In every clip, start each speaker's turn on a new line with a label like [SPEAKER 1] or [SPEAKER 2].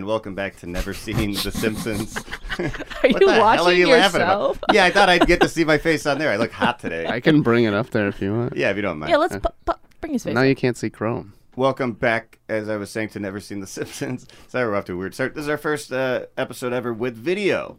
[SPEAKER 1] welcome back to Never Seen The Simpsons.
[SPEAKER 2] Are
[SPEAKER 1] What
[SPEAKER 2] you
[SPEAKER 1] the hell are
[SPEAKER 2] watching
[SPEAKER 1] you laughing
[SPEAKER 2] yourself?
[SPEAKER 1] about? Yeah, I thought I'd get to see my face on there. I look hot today.
[SPEAKER 3] I can bring it up there if you want.
[SPEAKER 1] Yeah, if you don't mind.
[SPEAKER 2] Yeah, let's pu- pu- bring his face.
[SPEAKER 3] Now you can't see Chrome.
[SPEAKER 1] Welcome back, as I was saying, to Never Seen The Simpsons. Sorry, we're off to a weird start. This is our first uh, episode ever with video.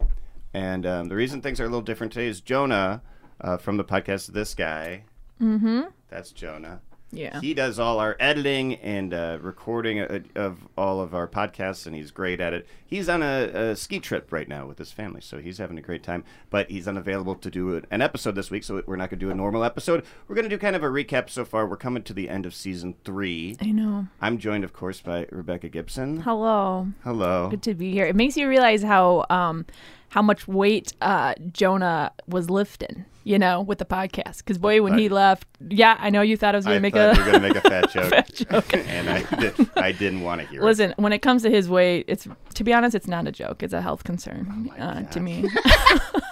[SPEAKER 1] And um, the reason things are a little different today is Jonah uh, from the podcast This Guy.
[SPEAKER 2] Mm-hmm.
[SPEAKER 1] That's Jonah.
[SPEAKER 2] Yeah.
[SPEAKER 1] He does all our editing and uh, recording uh, of all of our podcasts, and he's great at it. He's on a, a ski trip right now with his family, so he's having a great time. But he's unavailable to do an episode this week, so we're not going to do a normal episode. We're going to do kind of a recap so far. We're coming to the end of season three.
[SPEAKER 2] I know.
[SPEAKER 1] I'm joined, of course, by Rebecca Gibson.
[SPEAKER 2] Hello.
[SPEAKER 1] Hello.
[SPEAKER 2] Good to be here. It makes you realize how um how much weight uh Jonah was lifting, you know, with the podcast. Because boy, when he left, yeah, I know you thought I was going
[SPEAKER 1] I
[SPEAKER 2] to make
[SPEAKER 1] thought
[SPEAKER 2] a.
[SPEAKER 1] you were going to make a fat joke,
[SPEAKER 2] joke.
[SPEAKER 1] and I, did, I didn't want to hear it.
[SPEAKER 2] Listen, when it comes to his weight, it's to be honest, it's not a joke. It's a health concern uh, to me.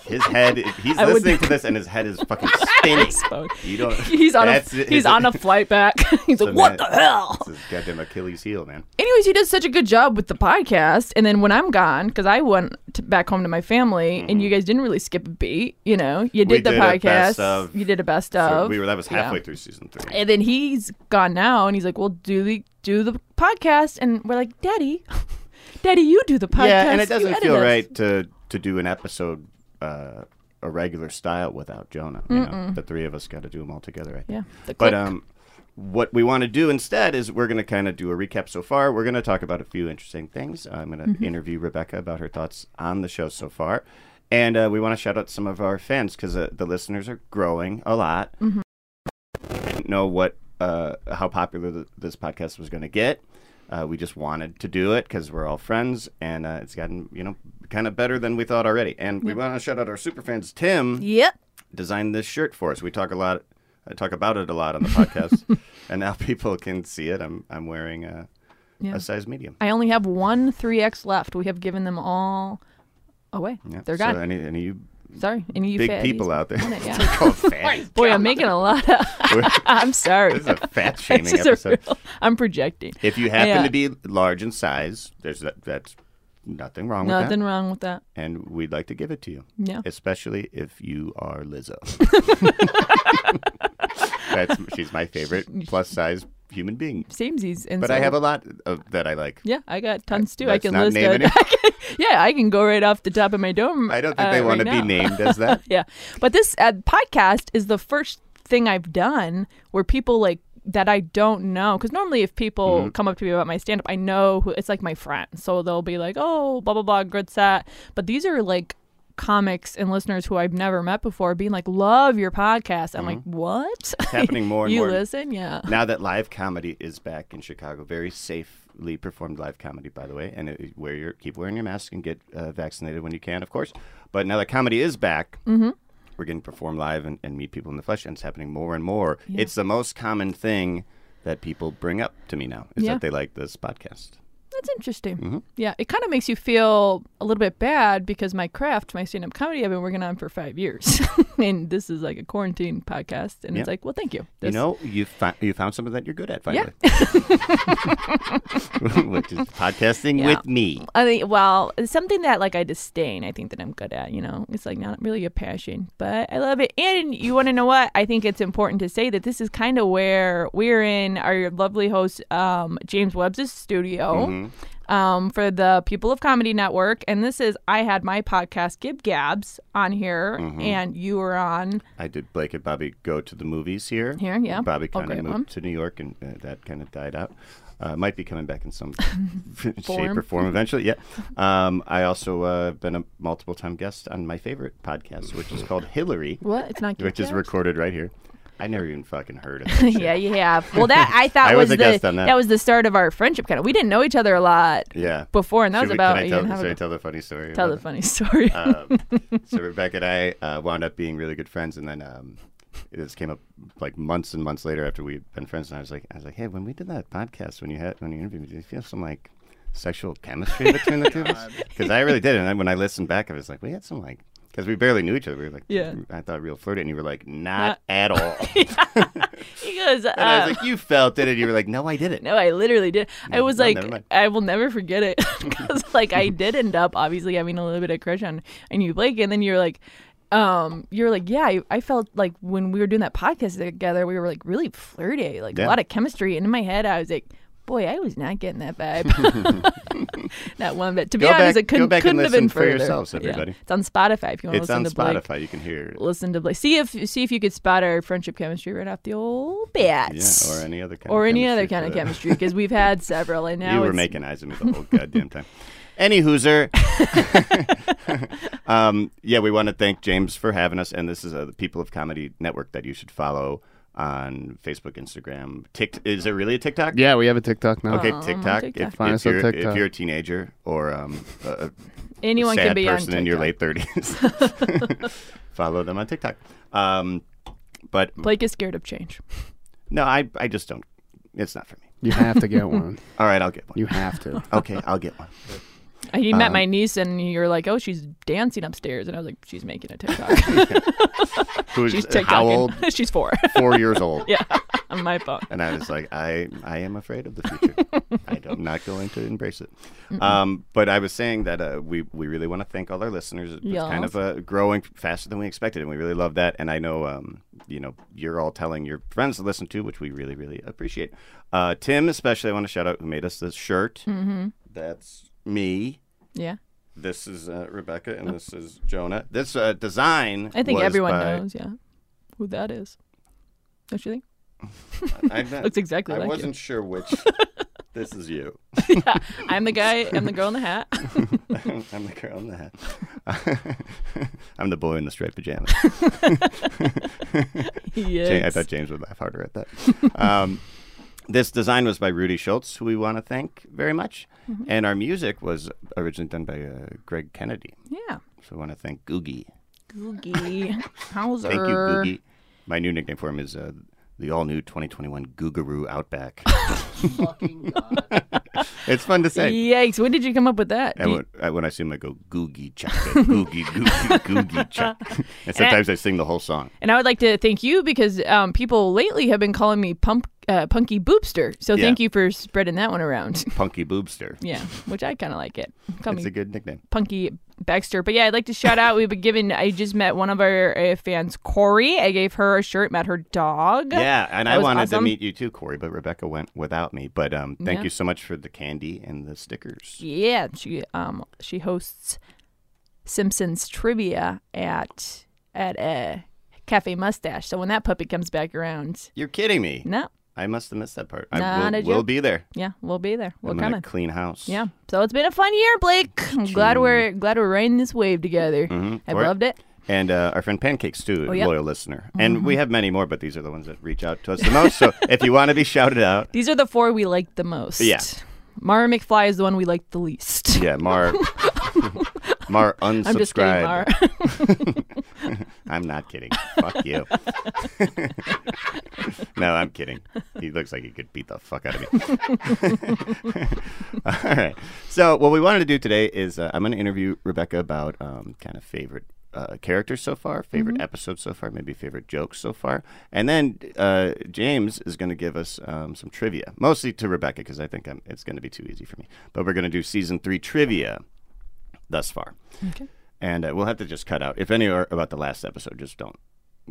[SPEAKER 1] His head, he's
[SPEAKER 2] I would-
[SPEAKER 1] listening to this, and his head is fucking spinning.
[SPEAKER 2] So,
[SPEAKER 1] You don't.
[SPEAKER 2] he's on a
[SPEAKER 1] that's-
[SPEAKER 2] he's on a flight back. he's like,
[SPEAKER 1] So
[SPEAKER 2] what the
[SPEAKER 1] that-
[SPEAKER 2] hell?
[SPEAKER 1] It's his goddamn Achilles heel, man.
[SPEAKER 2] anyways, he does such a good job with the podcast. And then when I'm gone, because I went to, back home to my family, and you guys didn't really skip a beat. You know, you
[SPEAKER 1] Mm-hmm. We
[SPEAKER 2] did the
[SPEAKER 1] did a
[SPEAKER 2] podcast.
[SPEAKER 1] best of.
[SPEAKER 2] you did a best
[SPEAKER 1] So
[SPEAKER 2] of.
[SPEAKER 1] we were that was
[SPEAKER 2] Yeah.
[SPEAKER 1] halfway through season three.
[SPEAKER 2] And then he's gone now, and he's like, "Well, do the do the podcast," and we're like, "Daddy, Daddy, you do the podcast."
[SPEAKER 1] yeah, and it
[SPEAKER 2] You
[SPEAKER 1] doesn't
[SPEAKER 2] edit
[SPEAKER 1] feel
[SPEAKER 2] us."
[SPEAKER 1] right to to do an episode uh, a regular style without Jonah. You know, the three of us got to do them all together. I think.
[SPEAKER 2] Yeah, the
[SPEAKER 1] But
[SPEAKER 2] click.
[SPEAKER 1] um, what we want to do instead is we're going to kind of do a recap so far. We're going to talk about a few interesting things. I'm going to
[SPEAKER 2] Mm-hmm.
[SPEAKER 1] interview Rebecca about her thoughts on the show so far. And uh, we want to shout out some of our fans because uh, the listeners are growing a lot.
[SPEAKER 2] Mm-hmm.
[SPEAKER 1] I didn't know what uh, how popular th- this podcast was going to get. Uh, we just wanted to do it because we're all friends, and uh, it's gotten you know kind of better than we thought already. And we want to shout out our super fans. Tim
[SPEAKER 2] Yep.
[SPEAKER 1] designed this shirt for us. We talk a lot, I talk about it a lot on the podcast, and now people can see it. I'm I'm wearing a,
[SPEAKER 2] Yeah.
[SPEAKER 1] a size medium.
[SPEAKER 2] I only have one 3x left. We have given them all away.
[SPEAKER 1] Yeah.
[SPEAKER 2] They're
[SPEAKER 1] so
[SPEAKER 2] gone.
[SPEAKER 1] Any, any you
[SPEAKER 2] Sorry, any of you
[SPEAKER 1] big
[SPEAKER 2] fatties.
[SPEAKER 1] people out there?
[SPEAKER 2] it, yeah.
[SPEAKER 1] Call fat.
[SPEAKER 2] Boy, I'm making a lot of. I'm sorry.
[SPEAKER 1] this is a fat
[SPEAKER 2] This
[SPEAKER 1] shaming
[SPEAKER 2] is a
[SPEAKER 1] episode.
[SPEAKER 2] real- I'm projecting.
[SPEAKER 1] If you happen
[SPEAKER 2] Yeah.
[SPEAKER 1] to be large in size, there's that, that's nothing wrong with
[SPEAKER 2] Nothing
[SPEAKER 1] that,
[SPEAKER 2] wrong with that.
[SPEAKER 1] and we'd like to give it to you.
[SPEAKER 2] Yeah.
[SPEAKER 1] especially if you are Lizzo. That's she's my favorite plus size human being.
[SPEAKER 2] Samesies. And
[SPEAKER 1] But I have a lot of, that I like.
[SPEAKER 2] Yeah, I got tons too. I
[SPEAKER 1] Let's
[SPEAKER 2] can
[SPEAKER 1] not
[SPEAKER 2] list
[SPEAKER 1] name
[SPEAKER 2] a-
[SPEAKER 1] any-
[SPEAKER 2] yeah, I can go right off the top of my dome.
[SPEAKER 1] I don't think
[SPEAKER 2] uh,
[SPEAKER 1] they
[SPEAKER 2] right
[SPEAKER 1] want to
[SPEAKER 2] now.
[SPEAKER 1] be named as that.
[SPEAKER 2] Yeah, but this uh, podcast is the first thing I've done where people like that I don't know because normally if people
[SPEAKER 1] Mm-hmm.
[SPEAKER 2] come up to me about my stand up, I know who it's like my friend, so they'll be like, "Oh, blah blah blah, good set." But these are like comics and listeners who I've never met before being like, "Love your podcast." I'm like, "What?"
[SPEAKER 1] Mm-hmm. It's happening more and
[SPEAKER 2] you
[SPEAKER 1] more.
[SPEAKER 2] listen, yeah.
[SPEAKER 1] Now that live comedy is back in Chicago, very safely performed live comedy, by the way, and it, wear your keep wearing your mask and get uh, vaccinated when you can, of course. But now that comedy is back,
[SPEAKER 2] Mm-hmm.
[SPEAKER 1] we're getting to perform live and, and meet people in the flesh, and it's happening more and more. It's the most common thing that people bring up to me now is
[SPEAKER 2] Yeah.
[SPEAKER 1] that they like this podcast.
[SPEAKER 2] That's interesting.
[SPEAKER 1] Mm-hmm.
[SPEAKER 2] Yeah, it kind of makes you feel a little bit bad because my craft, my stand-up comedy, I've been working on for five years, and this is like a quarantine podcast, and it's
[SPEAKER 1] Yeah.
[SPEAKER 2] like, well, thank you.
[SPEAKER 1] You
[SPEAKER 2] This-
[SPEAKER 1] know, you found you found something that you're good at finally, which is podcasting
[SPEAKER 2] Yeah.
[SPEAKER 1] with me.
[SPEAKER 2] I mean, well, it's something that like I disdain. I think that I'm good at. You know, it's like not really a passion, but I love it. And you want to know what? I think it's important to say that this is kind of where we're in our lovely host um, James Webb's studio.
[SPEAKER 1] Mm-hmm.
[SPEAKER 2] Um, for the People of Comedy Network, and this is I had my podcast Gib Gabs on here,
[SPEAKER 1] Mm-hmm.
[SPEAKER 2] and you were on.
[SPEAKER 1] I did. Blake and Bobby go to the movies here.
[SPEAKER 2] Here, yeah.
[SPEAKER 1] Bobby
[SPEAKER 2] Oh,
[SPEAKER 1] kind of
[SPEAKER 2] great
[SPEAKER 1] moved
[SPEAKER 2] one.
[SPEAKER 1] to New York, and uh, that kind of died out. Uh, might be coming back in some shape
[SPEAKER 2] Form.
[SPEAKER 1] or form eventually. Yeah. Um, I also uh, been a multiple time guest on my favorite podcast, which is called Hillary,
[SPEAKER 2] What? It's not Gib
[SPEAKER 1] which is
[SPEAKER 2] Gabs?
[SPEAKER 1] recorded right here. I never even fucking heard of that shit.
[SPEAKER 2] yeah, you have. Well, that I thought
[SPEAKER 1] I was a
[SPEAKER 2] was, the
[SPEAKER 1] guest on that.
[SPEAKER 2] was the start of our friendship. Kind of, we didn't know each other a lot
[SPEAKER 1] Yeah.
[SPEAKER 2] before, and that
[SPEAKER 1] Should
[SPEAKER 2] was
[SPEAKER 1] we-
[SPEAKER 2] about.
[SPEAKER 1] can I
[SPEAKER 2] a year
[SPEAKER 1] tell,
[SPEAKER 2] and a half
[SPEAKER 1] should I
[SPEAKER 2] ago.
[SPEAKER 1] tell the funny story?
[SPEAKER 2] Tell
[SPEAKER 1] about
[SPEAKER 2] the
[SPEAKER 1] it?
[SPEAKER 2] funny story.
[SPEAKER 1] um, so Rebecca and I uh, wound up being really good friends, and then um, this came up like months and months later after we'd been friends, and I was like, I was like, hey, when we did that podcast, when you had when you interviewed me, did you feel some like sexual chemistry between the two of us? Because I really did, and then when I listened back, I was like, we had some like because we barely knew each other. We were like,
[SPEAKER 2] Yeah.
[SPEAKER 1] I thought real flirty, and you were like, not at all.
[SPEAKER 2] He goes,
[SPEAKER 1] And I
[SPEAKER 2] uh,
[SPEAKER 1] was like, you felt it, and you were like, no, I didn't.
[SPEAKER 2] No, I literally did. I
[SPEAKER 1] No,
[SPEAKER 2] was
[SPEAKER 1] no,
[SPEAKER 2] like,
[SPEAKER 1] never mind.
[SPEAKER 2] I will never forget it because like I did end up obviously having a little bit of crush on on you, Blake, and then you're like. Um, you're like, yeah, I, I felt like when we were doing that podcast together, we were like really flirty, like a
[SPEAKER 1] Yeah.
[SPEAKER 2] lot of chemistry. And in my head, I was like, boy, I was not getting that vibe. not one bit. To be
[SPEAKER 1] Go back-
[SPEAKER 2] honest, it couldn't,
[SPEAKER 1] go back and
[SPEAKER 2] couldn't have been
[SPEAKER 1] listen for
[SPEAKER 2] further.
[SPEAKER 1] yourselves,
[SPEAKER 2] Yeah.
[SPEAKER 1] everybody.
[SPEAKER 2] It's on Spotify if you want
[SPEAKER 1] It's
[SPEAKER 2] to
[SPEAKER 1] on
[SPEAKER 2] listen to Blake.
[SPEAKER 1] Spotify. You can hear it.
[SPEAKER 2] Listen to Blake. See if see if you could spot our friendship chemistry right off the old bat
[SPEAKER 1] Yeah, or any other kind
[SPEAKER 2] or
[SPEAKER 1] of
[SPEAKER 2] any other
[SPEAKER 1] chemistry
[SPEAKER 2] kind of
[SPEAKER 1] for that.
[SPEAKER 2] chemistry because we've had several and now
[SPEAKER 1] you were
[SPEAKER 2] it's
[SPEAKER 1] making eyes at me the whole goddamn time. Any hooser. um, yeah, we want to thank James for having us, and this is uh, the People of Comedy Network that you should follow on Facebook, Instagram, Tik. Is there really a TikTok?
[SPEAKER 3] Yeah, we have a TikTok now.
[SPEAKER 1] Okay,
[SPEAKER 2] Um,
[SPEAKER 1] TikTok.
[SPEAKER 2] TikTok.
[SPEAKER 1] If,
[SPEAKER 3] Find
[SPEAKER 1] if
[SPEAKER 3] us on
[SPEAKER 1] you're, if
[SPEAKER 3] TikTok.
[SPEAKER 1] you're a teenager or um, a
[SPEAKER 2] anyone
[SPEAKER 1] sad
[SPEAKER 2] can be on
[SPEAKER 1] person in your
[SPEAKER 2] TikTok.
[SPEAKER 1] late 30s, follow them on TikTok. Um, but
[SPEAKER 2] Blake is scared of change.
[SPEAKER 1] no, I, I just don't. It's not for me.
[SPEAKER 3] You have to get one.
[SPEAKER 1] All right, I'll get one.
[SPEAKER 3] You have to.
[SPEAKER 1] Okay, I'll get one.
[SPEAKER 2] I- You
[SPEAKER 1] Um,
[SPEAKER 2] met my niece and you're like, oh, she's dancing upstairs, and I was like, she's making a TikTok.
[SPEAKER 1] Who's
[SPEAKER 2] she's
[SPEAKER 1] how old?
[SPEAKER 2] TikToking. she's four.
[SPEAKER 1] Four years old.
[SPEAKER 2] yeah, on my phone.
[SPEAKER 1] And I was like, I, I am afraid of the future. I don't- I'm not going to embrace it. Um, but I was saying that uh, we, we really want to thank all our listeners. It's kind
[SPEAKER 2] Yes.
[SPEAKER 1] of uh, growing faster than we expected, and we really love that. And I know, um, you know, you're all telling your friends to listen to, which we really, really appreciate. Uh, Tim, especially, I want to shout out who made us this shirt.
[SPEAKER 2] Mm-hmm.
[SPEAKER 1] That's me.
[SPEAKER 2] Yeah,
[SPEAKER 1] This is uh, Rebecca, and this is Jonah. This uh, design.
[SPEAKER 2] Oh. I think
[SPEAKER 1] was
[SPEAKER 2] everyone
[SPEAKER 1] by-
[SPEAKER 2] knows. Yeah, who that is. Don't you think?
[SPEAKER 1] I'm not-
[SPEAKER 2] Looks exactly
[SPEAKER 1] I
[SPEAKER 2] like
[SPEAKER 1] wasn't sure which. this is you.
[SPEAKER 2] you. yeah, I'm the guy. I'm the girl in the hat.
[SPEAKER 1] I'm the girl in the hat. I'm the boy in the striped pajamas. Ja- I
[SPEAKER 2] yes.
[SPEAKER 1] thought James would laugh harder at that. Um, this design was by Rudy Schultz, who we want to thank very much. And our music was originally done by uh, Greg Kennedy.
[SPEAKER 2] Yeah.
[SPEAKER 1] So we want to thank Googie.
[SPEAKER 2] Googie Hauser.
[SPEAKER 1] Thank you, Googie. My new nickname for him is uh, the all new 2021 Googaroo Outback. it's fun to say.
[SPEAKER 2] Yikes! When did you come up with that?
[SPEAKER 1] I
[SPEAKER 2] Do you-
[SPEAKER 1] when, I, when I sing, I go googie chaka, googie googie googie chaka, and sometimes I sing the whole song.
[SPEAKER 2] And I would like to thank you because um, people lately have been calling me pump, uh, Punky Boopster. So
[SPEAKER 1] Yeah.
[SPEAKER 2] thank you for spreading that one around.
[SPEAKER 1] Punky boobster.
[SPEAKER 2] yeah, which I kind of like it. Call
[SPEAKER 1] It's
[SPEAKER 2] me
[SPEAKER 1] a good nickname.
[SPEAKER 2] Punky Baxter. But yeah, I'd like to shout out. We've been given, I just met one of our uh, fans, Corey. I gave her a shirt, met her dog.
[SPEAKER 1] Yeah, and I
[SPEAKER 2] was
[SPEAKER 1] wanted to
[SPEAKER 2] awesome.
[SPEAKER 1] meet you too, Corey, but Rebecca went without me. But um, thank
[SPEAKER 2] Yeah.
[SPEAKER 1] you so much for the candy and the stickers.
[SPEAKER 2] Yeah, she um she hosts Simpsons trivia at at uh, Cafe Mustache. So when that puppy comes back around,
[SPEAKER 1] You're kidding me.
[SPEAKER 2] no,
[SPEAKER 1] I must have missed that part.
[SPEAKER 2] Not
[SPEAKER 1] I
[SPEAKER 2] a
[SPEAKER 1] will,
[SPEAKER 2] joke.
[SPEAKER 1] will be there.
[SPEAKER 2] yeah, we'll be there. We're
[SPEAKER 1] I'm
[SPEAKER 2] coming.
[SPEAKER 1] gonna clean house.
[SPEAKER 2] Yeah. So it's been a fun year, Blake. I'm glad we're glad we're riding this wave together. I
[SPEAKER 1] Mm. We're-
[SPEAKER 2] loved it.
[SPEAKER 1] Mm-hmm. and uh, our friend Pancakes too,
[SPEAKER 2] Oh,
[SPEAKER 1] a
[SPEAKER 2] yeah. Mm-hmm.
[SPEAKER 1] loyal listener. And we have many more, but these are the ones that reach out to us the most. So if you want to be shouted out,
[SPEAKER 2] These are the four we liked the most.
[SPEAKER 1] Yeah.
[SPEAKER 2] Mara McFly is the one we liked the least.
[SPEAKER 1] yeah, Mar, Mar unsubscribe.
[SPEAKER 2] I'm just kidding, Mara.
[SPEAKER 1] I'm not kidding. Fuck you. no, I'm kidding. He looks like he could beat the fuck out of me. All right. So, what we wanted to do today is uh, I'm going to interview Rebecca about um, kind of favorite. Uh, characters so far, favorite episodes so far, maybe favorite jokes so far, and then uh, James is going to give us um, some trivia, mostly to Rebecca because I think I'm, it's going to be too easy for me. But we're going to do season three trivia thus far
[SPEAKER 2] okay.
[SPEAKER 1] and uh, we'll have to just cut out if any are about the last episode just don't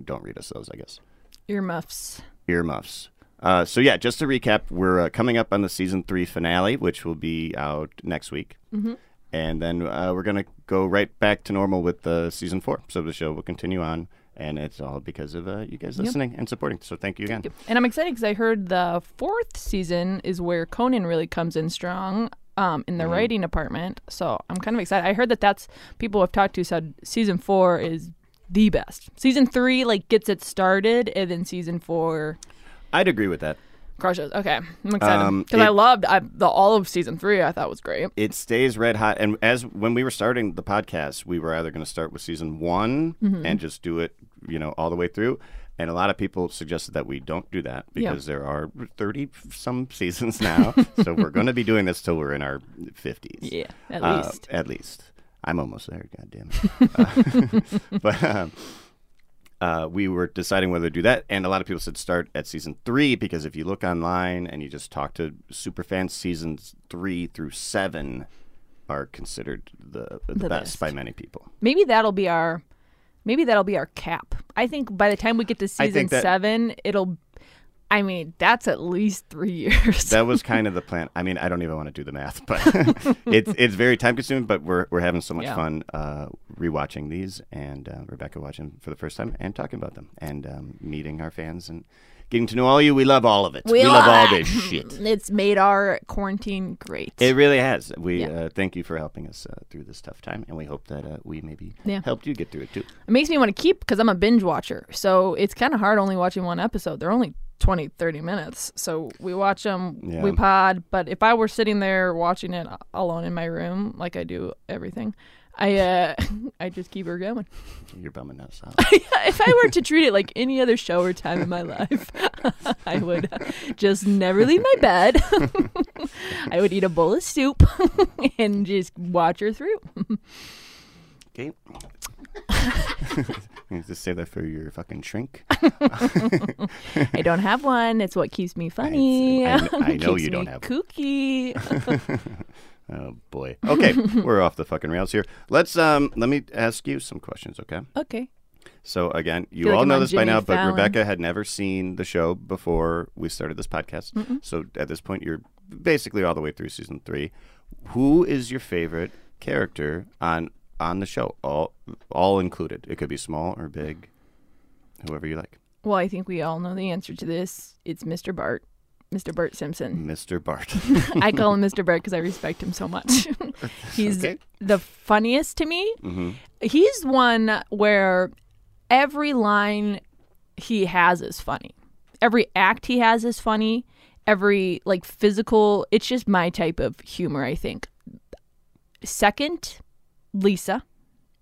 [SPEAKER 1] don't read us those i guess
[SPEAKER 2] Earmuffs.
[SPEAKER 1] earmuffs uh, so yeah just to recap we're uh, coming up on the season three finale which will be out next week mm-hmm. and then uh, we're gonna go right back to normal with uh, season four so the show will continue on and it's all because of uh, you guys listening and supporting so thank you again
[SPEAKER 2] And I'm excited because I heard the fourth season is where Conan really comes in strong um, in the
[SPEAKER 1] Mm-hmm.
[SPEAKER 2] writing department. So I'm kind of excited. I heard that that's people I've talked to said season four is the best. Season three like gets it started, and then season four
[SPEAKER 1] i'd agree with that
[SPEAKER 2] Crushes. Okay, I'm excited
[SPEAKER 1] Um,
[SPEAKER 2] because I
[SPEAKER 1] it-
[SPEAKER 2] loved I, the all of season three. I thought was great.
[SPEAKER 1] it stays red hot. And as when we were starting the podcast, we were either going to start with season one and just do it, you know, all the way through. And a lot of people suggested that we don't do that because there are 30 some seasons now. so we're going to be doing this till we're in our 50s.
[SPEAKER 2] Yeah, at
[SPEAKER 1] Uh,
[SPEAKER 2] least.
[SPEAKER 1] at least. I'm almost there. God damn it. Uh, but um, uh, we were deciding whether to do that, and a lot of people said start at season three because if you look online and you just talk to super fans, seasons three through seven are considered the the,
[SPEAKER 2] The
[SPEAKER 1] best,
[SPEAKER 2] best.
[SPEAKER 1] by many people.
[SPEAKER 2] Maybe that'll be our maybe that'll be our cap. I think by the time we get to
[SPEAKER 1] I
[SPEAKER 2] season
[SPEAKER 1] think that-
[SPEAKER 2] 7, it'll I mean, that's at least 3 years.
[SPEAKER 1] That was kind of the plan. I mean, I don't even want to do the math, but it's it's very time consuming. But we're we're having so much
[SPEAKER 2] Yeah.
[SPEAKER 1] fun uh, rewatching these, and uh, Rebecca watching for the first time and talking about them, and um, meeting our fans and getting to know all you. We love all of it. We, love, all this shit.
[SPEAKER 2] It's made our quarantine great.
[SPEAKER 1] It really has. We
[SPEAKER 2] Yeah.
[SPEAKER 1] uh, thank you for helping us uh, through this tough time, and we hope that uh, we maybe
[SPEAKER 2] Yeah.
[SPEAKER 1] helped you get through it too.
[SPEAKER 2] It makes me want to keep because I'm a binge watcher. So it's kind of hard only watching one episode. They're only 20, 30 minutes. So we watch them,
[SPEAKER 1] Yeah.
[SPEAKER 2] we pod. But if I were sitting there watching it alone in my room, like I do everything, I uh, I just keep her going.
[SPEAKER 1] You're bumming us out.
[SPEAKER 2] if I were to treat it like any other show or time in my life, I would just never leave my bed. I would eat a bowl of soup and just watch her through.
[SPEAKER 1] okay. Just save that for your fucking shrink.
[SPEAKER 2] I don't have one. It's what keeps me funny.
[SPEAKER 1] I kn- I know
[SPEAKER 2] Keeps
[SPEAKER 1] you don't
[SPEAKER 2] me
[SPEAKER 1] have
[SPEAKER 2] kooky.
[SPEAKER 1] Oh boy. Okay, we're off the fucking rails here. Let's um let me ask you some questions, okay?
[SPEAKER 2] okay.
[SPEAKER 1] So again, you
[SPEAKER 2] Feel like
[SPEAKER 1] all
[SPEAKER 2] I'm
[SPEAKER 1] know
[SPEAKER 2] on
[SPEAKER 1] this by
[SPEAKER 2] Jimmy
[SPEAKER 1] now, but
[SPEAKER 2] Fallon.
[SPEAKER 1] Rebecca had never seen the show before we started this podcast. So at this point you're basically all the way through season 3. Who is your favorite character on on the show? All all included. It could be small or big, whoever you like.
[SPEAKER 2] Well, I think we all know the answer to this. It's Mr. Bart. Mr. Bart Simpson.
[SPEAKER 1] Mr. Bart.
[SPEAKER 2] I call him Mr. Bart because I respect him so much. He's
[SPEAKER 1] Okay.
[SPEAKER 2] the funniest to me.
[SPEAKER 1] Mhm.
[SPEAKER 2] He's one where every line he has is funny. Every act he has is funny. Every like physical, it's just my type of humor, I think. Second, Lisa.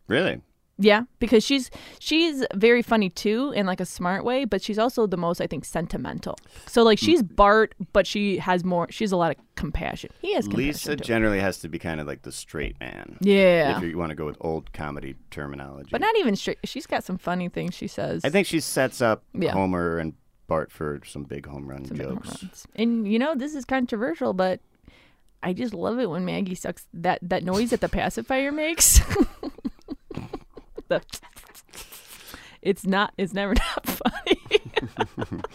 [SPEAKER 1] Really?
[SPEAKER 2] Yeah, because she's she's very funny too in like a smart way, but she's also the most I think sentimental. So like she's
[SPEAKER 1] Mm.
[SPEAKER 2] Bart, but she has more. She's a lot of compassion. He has compassion
[SPEAKER 1] Lisa
[SPEAKER 2] too.
[SPEAKER 1] generally has to be kind of like the straight man.
[SPEAKER 2] yeah,
[SPEAKER 1] If you want to go with old comedy terminology.
[SPEAKER 2] but not even straight. She's got some funny things she says.
[SPEAKER 1] I think she sets up
[SPEAKER 2] Yeah.
[SPEAKER 1] Homer and Bart for some big home run
[SPEAKER 2] some big home
[SPEAKER 1] jokes.
[SPEAKER 2] runs. And you know this is controversial, but I just love it when Maggie sucks that that noise that the pacifier makes. The- it's not. It's never not funny.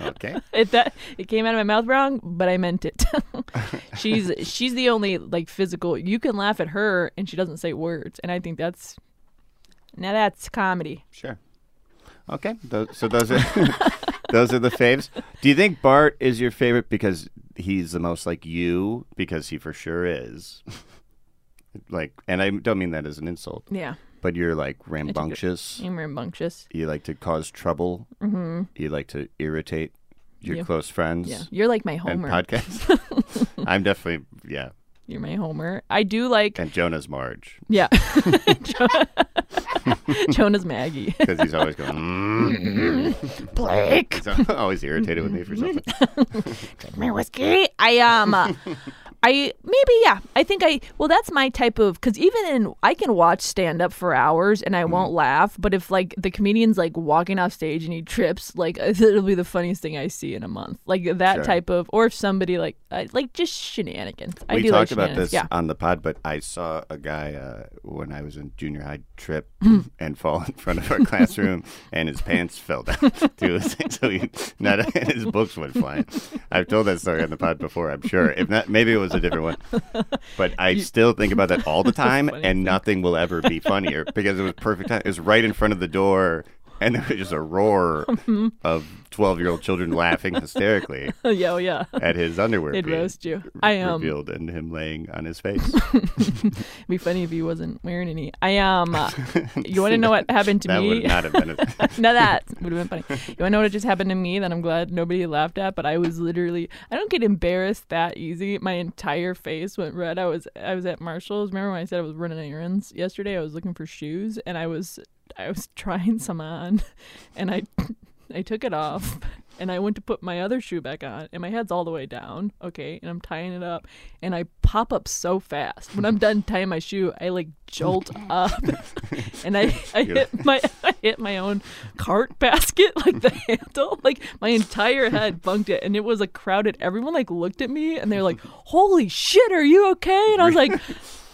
[SPEAKER 1] Okay.
[SPEAKER 2] it that it came out of my mouth wrong, but I meant it. she's she's the only like physical. You can laugh at her and she doesn't say words, and I think that's now that's comedy.
[SPEAKER 1] sure. Okay. Tho- so those are those are the faves. Do you think Bart is your favorite because he's the most like you? Because he for sure is. like, and I don't mean that as an insult,
[SPEAKER 2] Yeah,
[SPEAKER 1] but you're like rambunctious.
[SPEAKER 2] I'm rambunctious.
[SPEAKER 1] You like to cause trouble. Mm-hmm. You like to irritate your
[SPEAKER 2] Yeah.
[SPEAKER 1] close friends.
[SPEAKER 2] Yeah, you're like my
[SPEAKER 1] And
[SPEAKER 2] Homer.
[SPEAKER 1] podcasts. I'm definitely yeah,
[SPEAKER 2] you're my Homer. I do like.
[SPEAKER 1] and Jonah's Marge
[SPEAKER 2] Yeah, Jonah's Maggie.
[SPEAKER 1] because he's always going. "Mm."
[SPEAKER 2] Blake.
[SPEAKER 1] So always irritated with me for something.
[SPEAKER 2] my whiskey. I um, uh, I maybe yeah. I think I well, that's my type of because even in I can watch stand up for hours and I
[SPEAKER 1] Mm-hmm.
[SPEAKER 2] won't laugh, but if like the comedian's like walking off stage and he trips, like it'll be the funniest thing I see in a month. Like that
[SPEAKER 1] Sure.
[SPEAKER 2] type of, or if somebody like uh, like just shenanigans. I
[SPEAKER 1] we
[SPEAKER 2] do
[SPEAKER 1] talked
[SPEAKER 2] like
[SPEAKER 1] about
[SPEAKER 2] shenanigans.
[SPEAKER 1] this
[SPEAKER 2] Yeah.
[SPEAKER 1] on the pod, but I saw a guy uh, when I was in junior high trip
[SPEAKER 2] Hmm.
[SPEAKER 1] and fall in front of our classroom, and his pants fell down too. So he, not and his books went flying. I've told that story on the pod before, I'm sure. If not, maybe it was a different one. But I still think about that all the time, and nothing will ever be funnier because it was perfect time. It was right in front of the door. And there was just a roar
[SPEAKER 2] Mm-hmm.
[SPEAKER 1] of 12 year old children laughing hysterically
[SPEAKER 2] yeah, oh, yeah.
[SPEAKER 1] at his underwear.
[SPEAKER 2] They'd
[SPEAKER 1] being
[SPEAKER 2] roast you. I am. Um,
[SPEAKER 1] revealed and him laying on his face.
[SPEAKER 2] It'd be funny if he wasn't wearing any. I am. Uh, you want to know what happened to
[SPEAKER 1] that
[SPEAKER 2] me?
[SPEAKER 1] would not have been. A,
[SPEAKER 2] now that would have been funny. You want to know what just happened to me that I'm glad nobody laughed at? But I was literally, I don't get embarrassed that easy. My entire face went red. I was, I was at Marshalls. Remember when I said I was running errands yesterday? I was looking for shoes, and I was, I was trying some on, and I, I took it off. and I went to put my other shoe back on, and my head's all the way down, okay, and I'm tying it up, and I pop up so fast. When I'm done tying my shoe, I like jolt up, and I, I hit my I hit my own cart basket, like the handle, like my entire head bunked it, and it was like crowded. Everyone like looked at me, and they're like, "Holy shit, are you okay?" And I was like.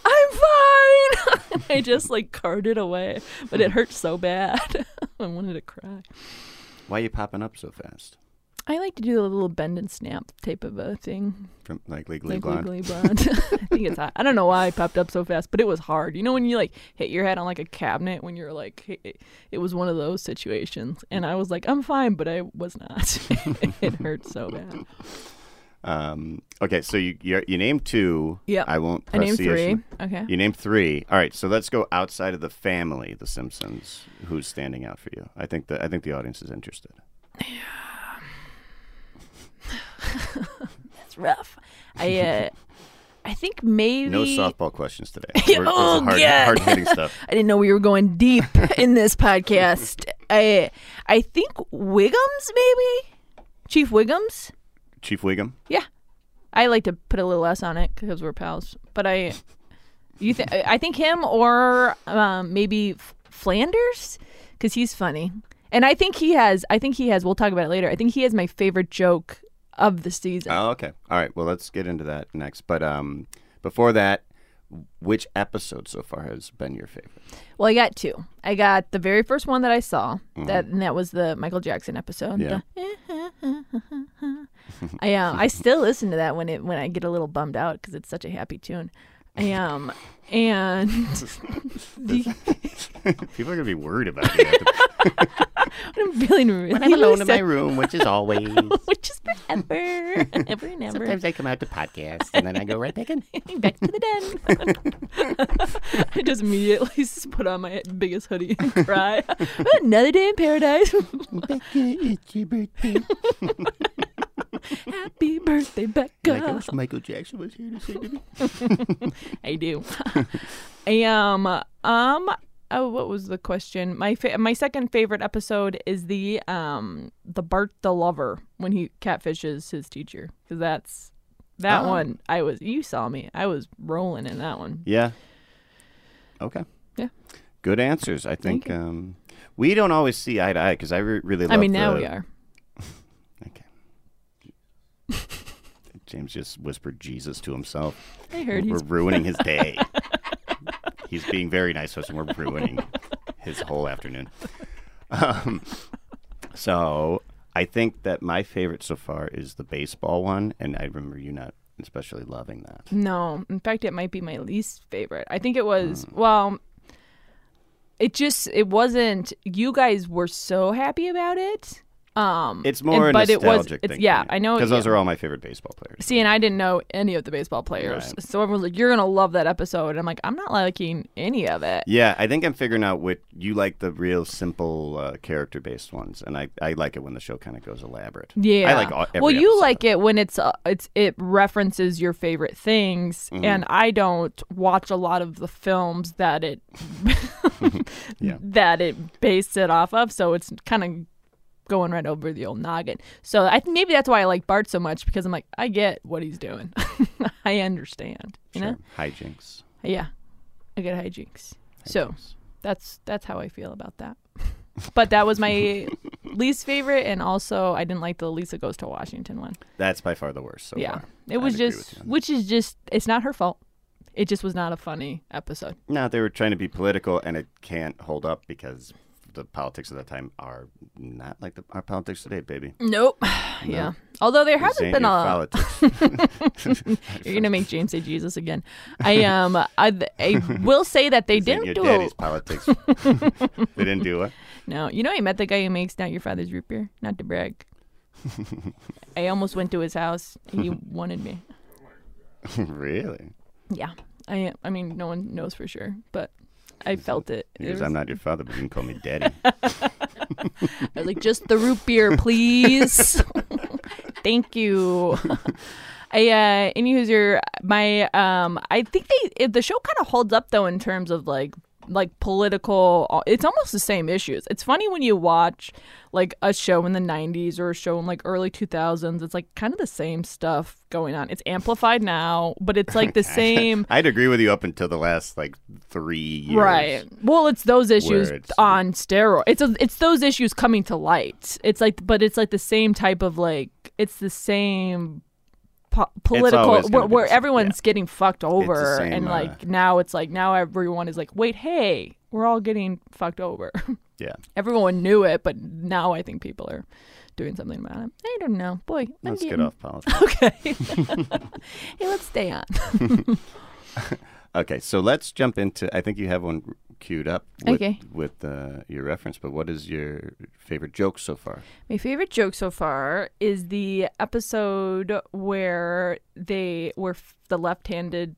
[SPEAKER 2] I'm fine. and I just like carted away, but it hurt so bad. I wanted to cry.
[SPEAKER 1] Why are you popping up so fast?
[SPEAKER 2] I like to do a little bend and snap type of a thing,
[SPEAKER 1] From like Legally
[SPEAKER 2] like
[SPEAKER 1] Blonde.
[SPEAKER 2] Legally Blonde. I think it's hot. I don't know why I popped up so fast, but it was hard. You know when you like hit your head on like a cabinet when you're like, hit- it was one of those situations, and I was like, I'm fine, but I was not. it hurt so bad.
[SPEAKER 1] Um, okay, so you you you named two.
[SPEAKER 2] Yep.
[SPEAKER 1] I won't.
[SPEAKER 2] I
[SPEAKER 1] Press
[SPEAKER 2] named
[SPEAKER 1] the
[SPEAKER 2] three.
[SPEAKER 1] issue.
[SPEAKER 2] Okay.
[SPEAKER 1] You named three. All right, so let's go outside of the family, The Simpsons. Who's standing out for you? I think the I think the audience is interested.
[SPEAKER 2] That's rough. I uh, I think maybe
[SPEAKER 1] No softball questions today.
[SPEAKER 2] Yeah,
[SPEAKER 1] this is
[SPEAKER 2] oh,
[SPEAKER 1] hard,
[SPEAKER 2] God.
[SPEAKER 1] hard hitting stuff.
[SPEAKER 2] I didn't know we were going deep in this podcast. I I think Wiggums maybe Chief Wiggums.
[SPEAKER 1] Chief Wiggum.
[SPEAKER 2] Yeah, I like to put a little S on it because we're pals. But I, you think I think him or um, maybe F- Flanders because he's funny, and I think he has. I think he has. We'll talk about it later. I think he has my favorite joke of the season.
[SPEAKER 1] Oh, okay. All right. Well, let's get into that next. But um, before that, which episode so far has been your favorite?
[SPEAKER 2] Well, I got two. I got the very first one that I saw. That and that was the Michael Jackson episode.
[SPEAKER 1] Yeah.
[SPEAKER 2] The- I um, I still listen to that when it when I get a little bummed out because it's such a happy tune. I um and the,
[SPEAKER 1] People are gonna be worried about you.
[SPEAKER 2] I'm feeling really
[SPEAKER 4] When I'm alone in my
[SPEAKER 2] sad,
[SPEAKER 4] room, which is always.
[SPEAKER 2] which is forever, ever and ever.
[SPEAKER 4] Sometimes I come out to podcast and then I go right back in.
[SPEAKER 2] Back to the den. I just immediately just put on my biggest hoodie and cry. Another day in paradise.
[SPEAKER 4] It's your birthday.
[SPEAKER 2] Happy birthday, Becca.
[SPEAKER 4] Michael Jackson was here to say to me.
[SPEAKER 2] I do. I um um oh what was the question? My fa- my second favorite episode is the um the Bart the lover when he catfishes his teacher cuz that's that
[SPEAKER 1] Oh.
[SPEAKER 2] one I was you saw me. I was rolling in that one.
[SPEAKER 1] Yeah. Okay.
[SPEAKER 2] Yeah.
[SPEAKER 1] Good answers. I think um, we don't always see eye to eye because I re- really. Love
[SPEAKER 2] I mean now
[SPEAKER 1] the-
[SPEAKER 2] we are.
[SPEAKER 1] Okay. James just whispered Jesus to himself.
[SPEAKER 2] I heard
[SPEAKER 1] we're
[SPEAKER 2] he's
[SPEAKER 1] ruining his day. he's being very nice to us, and we're ruining his whole afternoon. Um, so I think that my favorite so far is the baseball one, and I remember you not especially loving that.
[SPEAKER 2] No, in fact, it might be my least favorite. I think it was well. It just it wasn't. You guys were so happy about it. Um,
[SPEAKER 1] It's more
[SPEAKER 2] and-
[SPEAKER 1] a
[SPEAKER 2] but it was.
[SPEAKER 1] nostalgic
[SPEAKER 2] It's,
[SPEAKER 1] thing.
[SPEAKER 2] yeah, I know.
[SPEAKER 1] because
[SPEAKER 2] yeah.
[SPEAKER 1] those are all my favorite baseball players.
[SPEAKER 2] See, and I didn't know any of the baseball players,
[SPEAKER 1] Right.
[SPEAKER 2] so everyone's like, "You're gonna love that episode," and I'm like, "I'm not liking any of it."
[SPEAKER 1] Yeah, I think I'm figuring out what you like the real simple uh, character based ones, and I, I like it when the show kind of goes elaborate.
[SPEAKER 2] Yeah.
[SPEAKER 1] I like all, every
[SPEAKER 2] Well, you
[SPEAKER 1] episode.
[SPEAKER 2] like it when it's uh, it's it references your favorite things,
[SPEAKER 1] Mm-hmm.
[SPEAKER 2] and I don't watch a lot of the films that it
[SPEAKER 1] Yeah.
[SPEAKER 2] that it based it off of, so it's kind of going right over the old noggin. So I maybe that's why I like Bart so much because I'm like I get what he's doing, I understand, you
[SPEAKER 1] sure.
[SPEAKER 2] know?
[SPEAKER 1] hijinks.
[SPEAKER 2] Yeah, I get hijinks. So that's that's how I feel about that. But that was my least favorite, and also I didn't like the Lisa Goes to Washington one.
[SPEAKER 1] That's by far the worst. So
[SPEAKER 2] yeah,
[SPEAKER 1] far.
[SPEAKER 2] it was
[SPEAKER 1] I'd Oh, agree with
[SPEAKER 2] just,
[SPEAKER 1] you on
[SPEAKER 2] which is just, it's not her fault. It just was not a funny episode.
[SPEAKER 1] No, they were trying to be political, and it can't hold up because the politics of that time are not like the, our politics today, baby.
[SPEAKER 2] Nope. Yeah. Although there
[SPEAKER 1] This
[SPEAKER 2] hasn't
[SPEAKER 1] ain't
[SPEAKER 2] been a.
[SPEAKER 1] your politics.
[SPEAKER 2] You're gonna make James say Jesus again. I um I, I will say that they
[SPEAKER 1] This ain't
[SPEAKER 2] didn't
[SPEAKER 1] your
[SPEAKER 2] do a,
[SPEAKER 1] daddy's politics. they didn't do it.
[SPEAKER 2] no. You know I met the guy who makes not your father's root beer. Not to brag. I almost went to his house. He wanted me.
[SPEAKER 1] really?
[SPEAKER 2] Yeah. I I mean, no one knows for sure, but I felt it. It
[SPEAKER 1] Because
[SPEAKER 2] was-
[SPEAKER 1] I'm not your father, but you can call me daddy.
[SPEAKER 2] I was like, just the root beer, please. Thank you. I uh any user my um I think they it, the show kind of holds up though in terms of like like political uh, it's almost the same issues it's funny when you watch like a show in the 90s or a show in like early 2000s it's like kind of the same stuff going on it's amplified now but it's like the same
[SPEAKER 1] I'd agree with you up until the last like three years.
[SPEAKER 2] Right. Well, it's those issues
[SPEAKER 1] Where it's-
[SPEAKER 2] on steroid. It's a, it's those issues coming to light. It's like, but it's like the same type of like, it's the same po-
[SPEAKER 1] always
[SPEAKER 2] political
[SPEAKER 1] gonna
[SPEAKER 2] where,
[SPEAKER 1] be the
[SPEAKER 2] where
[SPEAKER 1] same-
[SPEAKER 2] everyone's getting fucked over,
[SPEAKER 1] same,
[SPEAKER 2] and
[SPEAKER 1] uh,
[SPEAKER 2] like now it's like now everyone is like, wait, hey, we're all getting fucked over.
[SPEAKER 1] Yeah.
[SPEAKER 2] everyone knew it, but now I think people are doing something about it. I don't know, boy. I'm
[SPEAKER 1] Let's
[SPEAKER 2] getting-
[SPEAKER 1] get off politics.
[SPEAKER 2] Okay. hey, let's stay on.
[SPEAKER 1] Okay, so let's jump into. I think you have one queued up. With,
[SPEAKER 2] Okay.
[SPEAKER 1] With uh, your reference, but what is your favorite joke so far?
[SPEAKER 2] My favorite joke so far is the episode where they were f- the left-handed.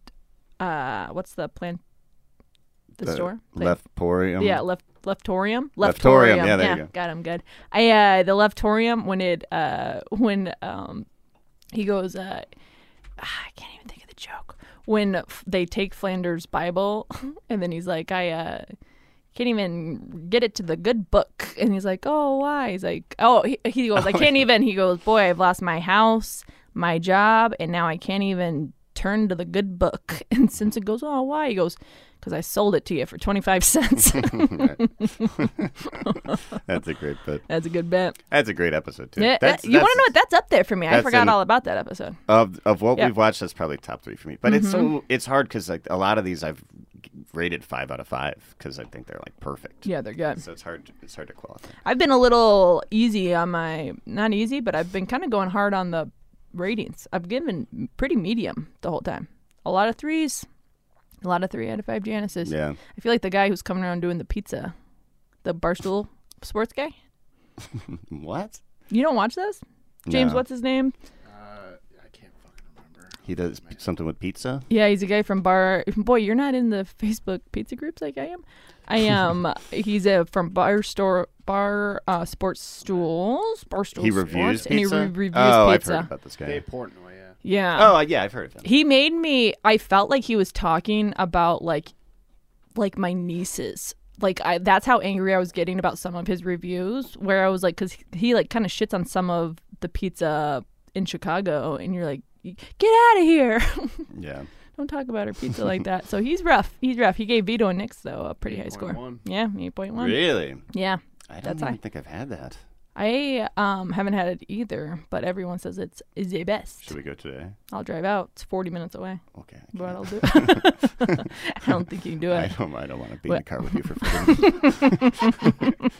[SPEAKER 2] Uh, what's the plant? The, store. Plant-
[SPEAKER 1] Leftorium.
[SPEAKER 2] yeah, left leftorium.
[SPEAKER 1] Leftorium, yeah, there you go.
[SPEAKER 2] Got him good. I uh, the leftorium when it uh when um he goes uh ah, I can't even think of the joke when f- they take Flanders' Bible and then he's like I uh can't even get it to the good book and he's like oh why he's like oh he, he goes I can't even he goes boy I've lost my house my job and now I can't even turn to the good book and since it goes oh why he goes because I sold it to you for twenty five cents.
[SPEAKER 1] That's a great bit.
[SPEAKER 2] That's a good bet.
[SPEAKER 1] That's a great episode too.
[SPEAKER 2] Yeah,
[SPEAKER 1] That's-
[SPEAKER 2] that- you want
[SPEAKER 1] that's-
[SPEAKER 2] to know what? That's up there for me. I
[SPEAKER 1] that's
[SPEAKER 2] forgot
[SPEAKER 1] an-
[SPEAKER 2] all about that episode.
[SPEAKER 1] of of what
[SPEAKER 2] Yeah. Mm-hmm.
[SPEAKER 1] we've watched that's probably top three for me but it's so it's hard because like a lot of these i've rated five out of five because i think they're like perfect
[SPEAKER 2] Yeah, they're good.
[SPEAKER 1] so it's hard it's hard to qualify
[SPEAKER 2] I've been a little easy on my not easy, but I've been kind of going hard on the ratings. I've given pretty medium the whole time. A lot of threes, a lot of three out of five Janices.
[SPEAKER 1] yeah
[SPEAKER 2] I feel like the guy who's coming around doing the pizza, the barstool sports guy.
[SPEAKER 1] what
[SPEAKER 2] You don't watch those, James?
[SPEAKER 1] No.
[SPEAKER 2] What's his name?
[SPEAKER 1] he does something with pizza
[SPEAKER 2] Yeah, he's a guy from Bar. Boy, you're not in the Facebook pizza groups like I am. I am. he's a from Bar Store Bar uh, Sports Stools. Bar Stools.
[SPEAKER 1] he reviews
[SPEAKER 2] Sports,
[SPEAKER 1] pizza
[SPEAKER 2] And he re- reviews
[SPEAKER 1] oh i've
[SPEAKER 2] pizza.
[SPEAKER 1] heard about this guy
[SPEAKER 3] Portnoy, yeah.
[SPEAKER 2] yeah.
[SPEAKER 1] oh yeah i've heard of him
[SPEAKER 2] He made me. I felt like he was talking about like, like my nieces. Like I, that's how angry I was getting about some of his reviews, where I was like, because he, he, like kind of shits on some of the pizza in Chicago, and you're like, get out of here.
[SPEAKER 1] yeah
[SPEAKER 2] Don't talk about her pizza like that. So he's rough. He's rough. He gave Vito and Nix though a pretty high score.
[SPEAKER 3] 8.1.
[SPEAKER 2] Yeah, eight point one.
[SPEAKER 1] really
[SPEAKER 2] Yeah,
[SPEAKER 1] i don't
[SPEAKER 2] That's
[SPEAKER 1] even
[SPEAKER 2] high.
[SPEAKER 1] think i've had that
[SPEAKER 2] I um haven't had it either, but everyone says it's is the best.
[SPEAKER 1] should we go today
[SPEAKER 2] I'll drive out. It's forty minutes away,
[SPEAKER 1] okay I
[SPEAKER 2] but
[SPEAKER 1] can't-
[SPEAKER 2] I'll do. it. I don't think you can do
[SPEAKER 1] I
[SPEAKER 2] it.
[SPEAKER 1] don't. I don't want to be in
[SPEAKER 2] What-
[SPEAKER 1] the car with you for four minutes.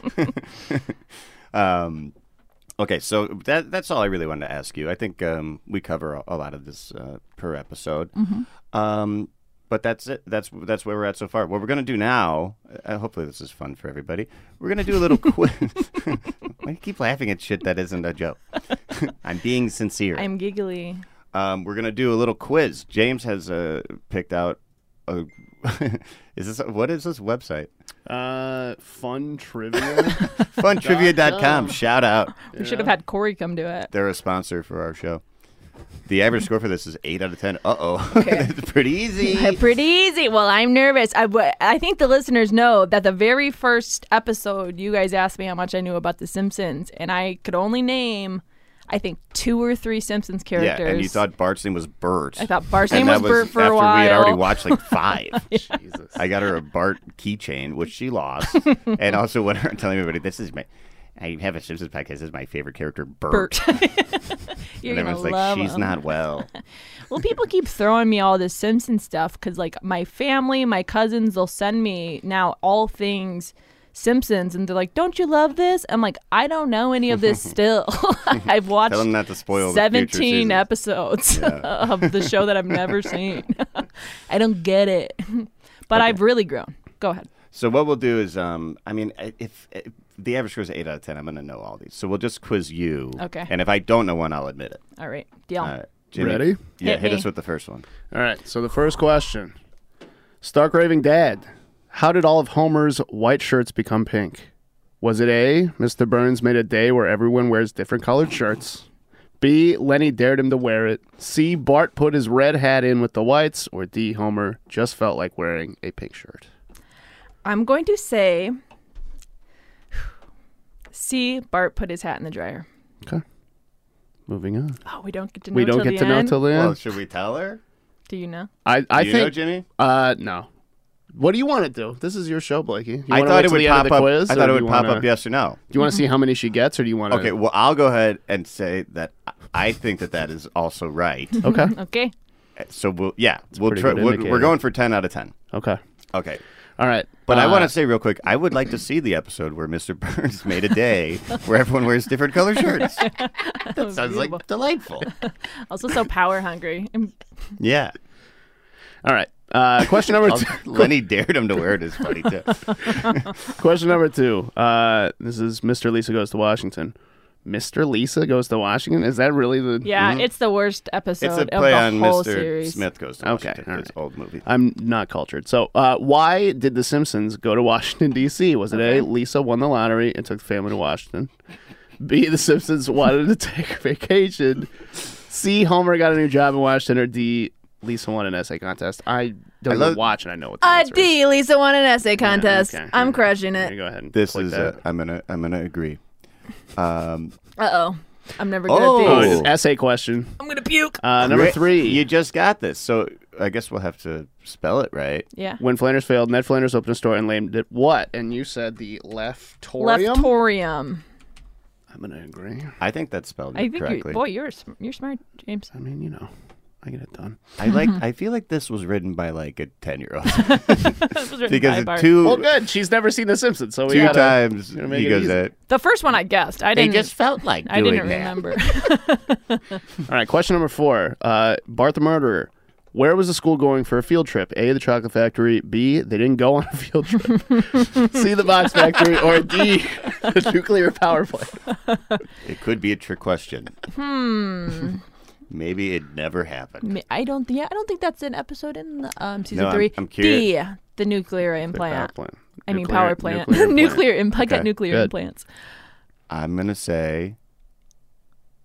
[SPEAKER 1] um, okay, so that that's all I really wanted to ask you. I think um, we cover a, a lot of this uh, per episode.
[SPEAKER 2] Mm-hmm.
[SPEAKER 1] Um, but that's it. That's that's where we're at so far. What we're gonna do now? Uh, hopefully, this is fun for everybody. We're gonna do a little quiz. I keep laughing at shit that isn't a joke. I'm being sincere.
[SPEAKER 2] I'm giggly.
[SPEAKER 1] Um, we're gonna do a little quiz. James has uh, picked out. A is this what is this website?
[SPEAKER 3] Uh, fun trivia.
[SPEAKER 1] Funtrivia.com.
[SPEAKER 3] com.
[SPEAKER 1] Shout out.
[SPEAKER 2] We should have had Corey come do it.
[SPEAKER 1] They're a sponsor for our show. The average score for this is eight out of ten. Uh oh, it's pretty easy.
[SPEAKER 2] Pretty easy. Well, I'm nervous. I, w- I think the listeners know that the very first episode, you guys asked me how much I knew about The Simpsons, and I could only name, I think, two or three Simpsons
[SPEAKER 1] Yeah,
[SPEAKER 2] characters.
[SPEAKER 1] and you thought Bart's name was Bert.
[SPEAKER 2] I thought Bart's
[SPEAKER 1] and
[SPEAKER 2] name was
[SPEAKER 1] that
[SPEAKER 2] Bert for
[SPEAKER 1] after
[SPEAKER 2] a while.
[SPEAKER 1] we had already watched like five.
[SPEAKER 3] Jesus.
[SPEAKER 1] I got her a Bart keychain, which she lost, and also went around telling everybody, "This is my." I have a Simpsons podcast. This is my favorite character, Bert.
[SPEAKER 2] Bert. You're
[SPEAKER 1] And
[SPEAKER 2] gonna
[SPEAKER 1] everyone's like,
[SPEAKER 2] love
[SPEAKER 1] "She's
[SPEAKER 2] him.
[SPEAKER 1] not well."
[SPEAKER 2] Well, people keep throwing me all this Simpson stuff because, like, my family, my cousins, they'll send me now all things Simpsons, and they're like, "Don't you love this?" I'm like, "I don't know any of this still. I've watched
[SPEAKER 1] Tell them not to spoil the future
[SPEAKER 2] 17
[SPEAKER 1] seasons.
[SPEAKER 2] episodes of the show that I've never seen. I don't get it, but I've really grown. Go ahead.
[SPEAKER 1] So what we'll do is, um, I mean, i- if, if the average score is eight out of ten, I'm going to know all these. So we'll just quiz you.
[SPEAKER 2] Okay.
[SPEAKER 1] And if I don't know one, I'll admit it.
[SPEAKER 2] All right, deal.
[SPEAKER 1] All right. Jimmy,
[SPEAKER 3] Ready?
[SPEAKER 1] Yeah.
[SPEAKER 2] Hit
[SPEAKER 1] Hit,
[SPEAKER 2] me.
[SPEAKER 1] us with the first one.
[SPEAKER 3] All right. So the first question: Stark raving dad. How did all of Homer's white shirts become pink? Was it A. Mr. Burns made a day where everyone wears different colored shirts? B. Lenny dared him to wear it. C. Bart put his red hat in with the whites. Or D. Homer just felt like wearing a pink shirt.
[SPEAKER 2] I'm going to say C. Bart put his hat in the dryer.
[SPEAKER 3] Okay. Moving on.
[SPEAKER 2] Oh, we don't get to know.
[SPEAKER 3] We don't
[SPEAKER 2] till
[SPEAKER 3] get
[SPEAKER 2] the
[SPEAKER 3] to know
[SPEAKER 2] end?
[SPEAKER 3] till the end.
[SPEAKER 1] Well, should we tell her?
[SPEAKER 2] Do you know?
[SPEAKER 3] I, I
[SPEAKER 1] Do you know,
[SPEAKER 3] think.
[SPEAKER 1] Jimmy?
[SPEAKER 3] uh, no. What do you want to do? This is your show, Blakey. You
[SPEAKER 1] I
[SPEAKER 3] wanna
[SPEAKER 1] thought
[SPEAKER 3] wait
[SPEAKER 1] it
[SPEAKER 3] till
[SPEAKER 1] would
[SPEAKER 3] the end
[SPEAKER 1] pop
[SPEAKER 3] of the
[SPEAKER 1] up.
[SPEAKER 3] Quiz,
[SPEAKER 1] I
[SPEAKER 3] or
[SPEAKER 1] thought it
[SPEAKER 3] do
[SPEAKER 1] would
[SPEAKER 3] you
[SPEAKER 1] pop
[SPEAKER 3] wanna-
[SPEAKER 1] up. Yes or no?
[SPEAKER 3] Do you want to see how many she gets, or do you want to?
[SPEAKER 1] Okay. Well, I'll go ahead and say that I think that that is also right.
[SPEAKER 3] Okay.
[SPEAKER 2] Okay.
[SPEAKER 1] so we'll yeah we'll
[SPEAKER 3] pretty
[SPEAKER 1] try,
[SPEAKER 3] good
[SPEAKER 1] we're,
[SPEAKER 3] indicator.
[SPEAKER 1] we're going for ten out of ten.
[SPEAKER 3] Okay.
[SPEAKER 1] Okay.
[SPEAKER 3] All right.
[SPEAKER 1] But I
[SPEAKER 3] Uh,
[SPEAKER 1] want to say real quick, I would like to see the episode where Mr. Burns made a day where everyone wears different color shirts. That sounds like delightful.
[SPEAKER 2] Also, so power hungry. And
[SPEAKER 1] Yeah.
[SPEAKER 3] All right. Uh, question number two.
[SPEAKER 1] Lenny dared him to wear it as funny too.
[SPEAKER 3] Question number two. Uh, this is Mr. Lisa goes to Washington. Mr. Lisa goes to Washington. Is that really the?
[SPEAKER 2] Yeah, it's the worst episode
[SPEAKER 1] Mm-hmm. It's a
[SPEAKER 2] of
[SPEAKER 1] play
[SPEAKER 2] the
[SPEAKER 1] on
[SPEAKER 2] whole
[SPEAKER 1] Mr.
[SPEAKER 2] series.
[SPEAKER 1] Smith Goes to
[SPEAKER 3] Okay,
[SPEAKER 1] Washington,
[SPEAKER 3] all
[SPEAKER 1] his old movie.
[SPEAKER 3] I'm not cultured. So, uh, why did The Simpsons go to Washington D.C.? Was it A. Lisa won the lottery and took the family to Washington. B. The Simpsons wanted to take a vacation. C. Homer got a new job in Washington. Or D. Lisa won an essay contest. I don't
[SPEAKER 1] I love-
[SPEAKER 3] even watch, and I know what the
[SPEAKER 2] Uh,
[SPEAKER 3] answer is.
[SPEAKER 2] D. Lisa won an essay contest.
[SPEAKER 3] okay.
[SPEAKER 2] I'm crushing
[SPEAKER 3] I'm gonna
[SPEAKER 2] it.
[SPEAKER 3] Go ahead. And
[SPEAKER 1] This
[SPEAKER 3] click
[SPEAKER 1] is
[SPEAKER 3] that.
[SPEAKER 1] a, I'm gonna I'm gonna agree. Um,
[SPEAKER 2] Uh oh. I'm never good
[SPEAKER 1] Oh.
[SPEAKER 3] Oh,
[SPEAKER 2] at
[SPEAKER 3] it
[SPEAKER 2] these.
[SPEAKER 3] is essay question.
[SPEAKER 2] I'm gonna puke.
[SPEAKER 3] Uh, number
[SPEAKER 1] Ra-
[SPEAKER 3] three.
[SPEAKER 1] You just got this, so I guess we'll have to spell it right.
[SPEAKER 2] Yeah.
[SPEAKER 3] when Flanders failed, Ned Flanders opened a store and named it what? And you said the leftorium.
[SPEAKER 2] Leftorium.
[SPEAKER 3] I'm gonna agree.
[SPEAKER 1] I think that's spelled
[SPEAKER 2] I think
[SPEAKER 1] correctly.
[SPEAKER 2] you, boy, you're sm- you're smart, James.
[SPEAKER 3] I mean, you know, I get it done.
[SPEAKER 1] I like. I feel like this was written by like a ten year old
[SPEAKER 2] That was written by
[SPEAKER 1] because it
[SPEAKER 2] Bart.
[SPEAKER 1] two
[SPEAKER 3] Well, good. She's never seen The Simpsons, so we
[SPEAKER 1] two
[SPEAKER 3] gotta-
[SPEAKER 1] times
[SPEAKER 3] gotta make
[SPEAKER 1] he
[SPEAKER 3] it
[SPEAKER 1] goes
[SPEAKER 3] easy.
[SPEAKER 1] that.
[SPEAKER 2] the first one I guessed. I
[SPEAKER 1] It
[SPEAKER 2] didn't.
[SPEAKER 1] just felt like
[SPEAKER 2] I
[SPEAKER 1] doing
[SPEAKER 2] didn't
[SPEAKER 1] that.
[SPEAKER 2] remember.
[SPEAKER 3] All right, question number four. Uh, Bart the Murderer. Where was the school going for a field trip? A, the chocolate factory. B, they didn't go on a field trip. C, the box factory. Or D, the nuclear power plant.
[SPEAKER 1] It could be a trick question. Hmm. Maybe it never happened.
[SPEAKER 2] Ma- I don't. Yeah, I don't think that's an episode in the, um, season
[SPEAKER 1] No, I'm-
[SPEAKER 2] 3
[SPEAKER 1] I'm curious.
[SPEAKER 2] D, the nuclear implant.
[SPEAKER 3] plant.
[SPEAKER 2] I mean,
[SPEAKER 3] Nuclear-
[SPEAKER 2] power plant.
[SPEAKER 3] nuclear
[SPEAKER 2] Nuclear,
[SPEAKER 3] plant.
[SPEAKER 2] implant. I got
[SPEAKER 1] Okay,
[SPEAKER 2] nuclear
[SPEAKER 3] good.
[SPEAKER 2] implants.
[SPEAKER 1] I'm gonna say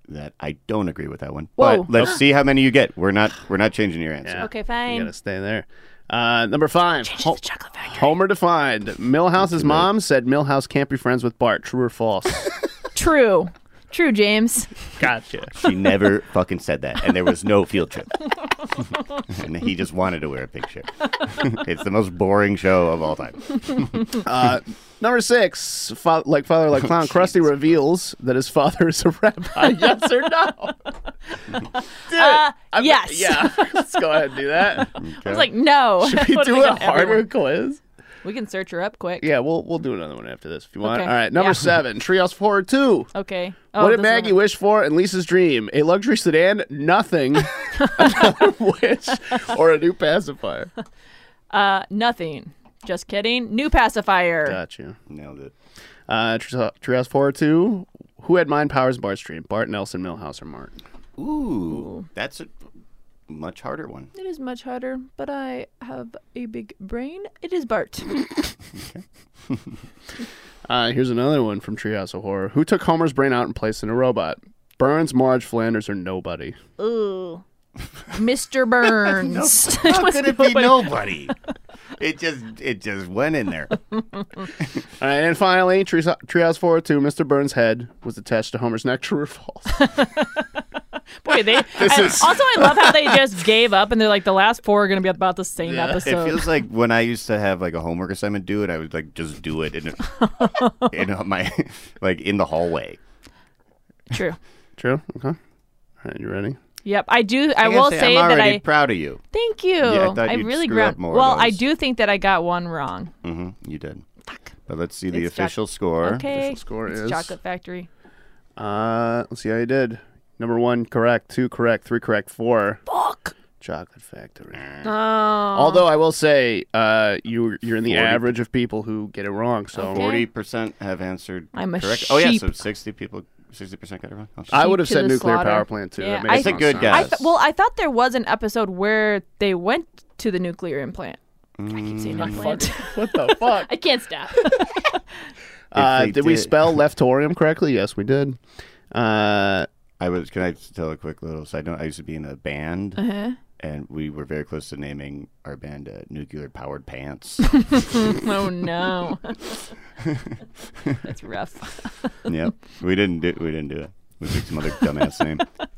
[SPEAKER 1] that I don't agree with that one.
[SPEAKER 2] Whoa.
[SPEAKER 1] But let's see how many you get. We're not we're not changing your answer.
[SPEAKER 3] Yeah.
[SPEAKER 2] Okay,
[SPEAKER 3] You gotta
[SPEAKER 2] fine.
[SPEAKER 3] stay there. Uh, number five. Ho-
[SPEAKER 2] the chocolate factory.
[SPEAKER 3] Homer defined. Millhouse's mom said Millhouse can't be friends with Bart. True or false?
[SPEAKER 2] True. True, James.
[SPEAKER 3] gotcha.
[SPEAKER 1] She never fucking said that, and there was no field trip. and he just wanted to wear a pink shirt. it's the most boring show of all time.
[SPEAKER 3] Uh, number six. Fa- like father, like clown. Krusty reveals that his father is a rabbi. Uh, yes or no? Do it.
[SPEAKER 2] Uh,
[SPEAKER 3] I'm-
[SPEAKER 2] yes.
[SPEAKER 3] Yeah. Let's go ahead and do that.
[SPEAKER 2] I was like, no.
[SPEAKER 3] Should we
[SPEAKER 2] What
[SPEAKER 3] do
[SPEAKER 2] did I
[SPEAKER 3] a
[SPEAKER 2] get everyone?
[SPEAKER 3] harder quiz?
[SPEAKER 2] We can search her up quick.
[SPEAKER 3] Yeah, we'll we'll do another one after this if you want.
[SPEAKER 2] Okay.
[SPEAKER 3] All right. Number
[SPEAKER 2] Yeah. Oh,
[SPEAKER 3] seven. Treehouse Horror Two.
[SPEAKER 2] Okay.
[SPEAKER 3] what did
[SPEAKER 2] this is
[SPEAKER 3] Maggie
[SPEAKER 2] one-
[SPEAKER 3] wish for in Lisa's dream? A luxury sedan, nothing, another wish, or a new pacifier?
[SPEAKER 2] Uh, nothing. Just kidding. New pacifier.
[SPEAKER 3] Got you.
[SPEAKER 1] Nailed it.
[SPEAKER 3] Uh, Tre- Treehouse Horror 2. Who had mind powers in Bart's dream? Bart, Nelson, Milhouse, or Martin?
[SPEAKER 1] Ooh, that's a much harder one.
[SPEAKER 2] It is much harder, but I have a big brain. It is Bart.
[SPEAKER 3] Uh, here's another one from Treehouse of Horror. Who took Homer's brain out and placed it in a robot? Burns, Marge, Flanders, or nobody?
[SPEAKER 2] Ooh. Mr. Burns.
[SPEAKER 1] How could it be nobody? It just it just went in there.
[SPEAKER 3] All right, and finally, Tree- Treehouse of Horror 2. Mr. Burns' head was attached to Homer's neck. True or false?
[SPEAKER 2] Boy, they. I-
[SPEAKER 1] is-
[SPEAKER 2] Also, I love how they just gave up and they're like, the last four are going to be about the same
[SPEAKER 3] Yeah. It
[SPEAKER 1] It
[SPEAKER 2] episode.
[SPEAKER 1] feels like when I used to have like a homework assignment due, and I would like just do it in, in my like in the hallway.
[SPEAKER 2] True.
[SPEAKER 3] True? Okay. All right, you ready?
[SPEAKER 2] Yep. I do. I,
[SPEAKER 1] I
[SPEAKER 2] will
[SPEAKER 1] gotta
[SPEAKER 2] say
[SPEAKER 1] I'm
[SPEAKER 2] that
[SPEAKER 1] already
[SPEAKER 2] I.
[SPEAKER 1] proud of you.
[SPEAKER 2] Thank you.
[SPEAKER 1] Yeah, I thought you'd
[SPEAKER 2] really
[SPEAKER 1] screw
[SPEAKER 2] ground-
[SPEAKER 1] up more of
[SPEAKER 2] Well, I
[SPEAKER 1] those.
[SPEAKER 2] do think that I got one wrong.
[SPEAKER 1] hmm You did. But let's see the
[SPEAKER 2] It's Jack-
[SPEAKER 1] official score.
[SPEAKER 2] Okay.
[SPEAKER 3] Official score
[SPEAKER 2] it's
[SPEAKER 3] is-
[SPEAKER 2] Chocolate Factory.
[SPEAKER 3] Uh, let's see how you did. Number one, correct. Two, correct. Three, correct. Four,
[SPEAKER 2] Fuck.
[SPEAKER 3] Chocolate Factory.
[SPEAKER 2] Oh.
[SPEAKER 3] Although I will say, uh, you you're in the
[SPEAKER 1] 40.
[SPEAKER 3] average of people who get it wrong. So
[SPEAKER 2] Okay.
[SPEAKER 1] Forty percent have answered.
[SPEAKER 2] I'm a
[SPEAKER 1] correct. Oh yeah,
[SPEAKER 2] sheep.
[SPEAKER 1] so sixty people, sixty percent got it wrong. Oh,
[SPEAKER 3] I
[SPEAKER 2] Sheep
[SPEAKER 3] would have
[SPEAKER 2] to
[SPEAKER 3] said
[SPEAKER 2] the
[SPEAKER 3] nuclear
[SPEAKER 2] slaughter.
[SPEAKER 3] power plant too.
[SPEAKER 2] Yeah,
[SPEAKER 3] that makes
[SPEAKER 2] I-
[SPEAKER 3] no
[SPEAKER 1] It's a good
[SPEAKER 3] sense.
[SPEAKER 2] I
[SPEAKER 1] guess.
[SPEAKER 2] th- well, I thought there was an episode where they went to the nuclear implant. I
[SPEAKER 1] Mm,
[SPEAKER 2] keep saying implant.
[SPEAKER 3] what the fuck?
[SPEAKER 2] I can't stop.
[SPEAKER 3] Uh,
[SPEAKER 1] If
[SPEAKER 3] did,
[SPEAKER 1] they
[SPEAKER 3] we
[SPEAKER 1] did.
[SPEAKER 3] spell leftorium correctly? Yes, we did. Uh,
[SPEAKER 2] Uh-huh.
[SPEAKER 1] I was. Can I just tell a quick little side note? I used to be in a band, and we were very close to naming our band uh, Nuclear Powered Pants.
[SPEAKER 2] Oh no, that's rough.
[SPEAKER 1] yep, we didn't do we didn't do it. We picked some other dumbass name,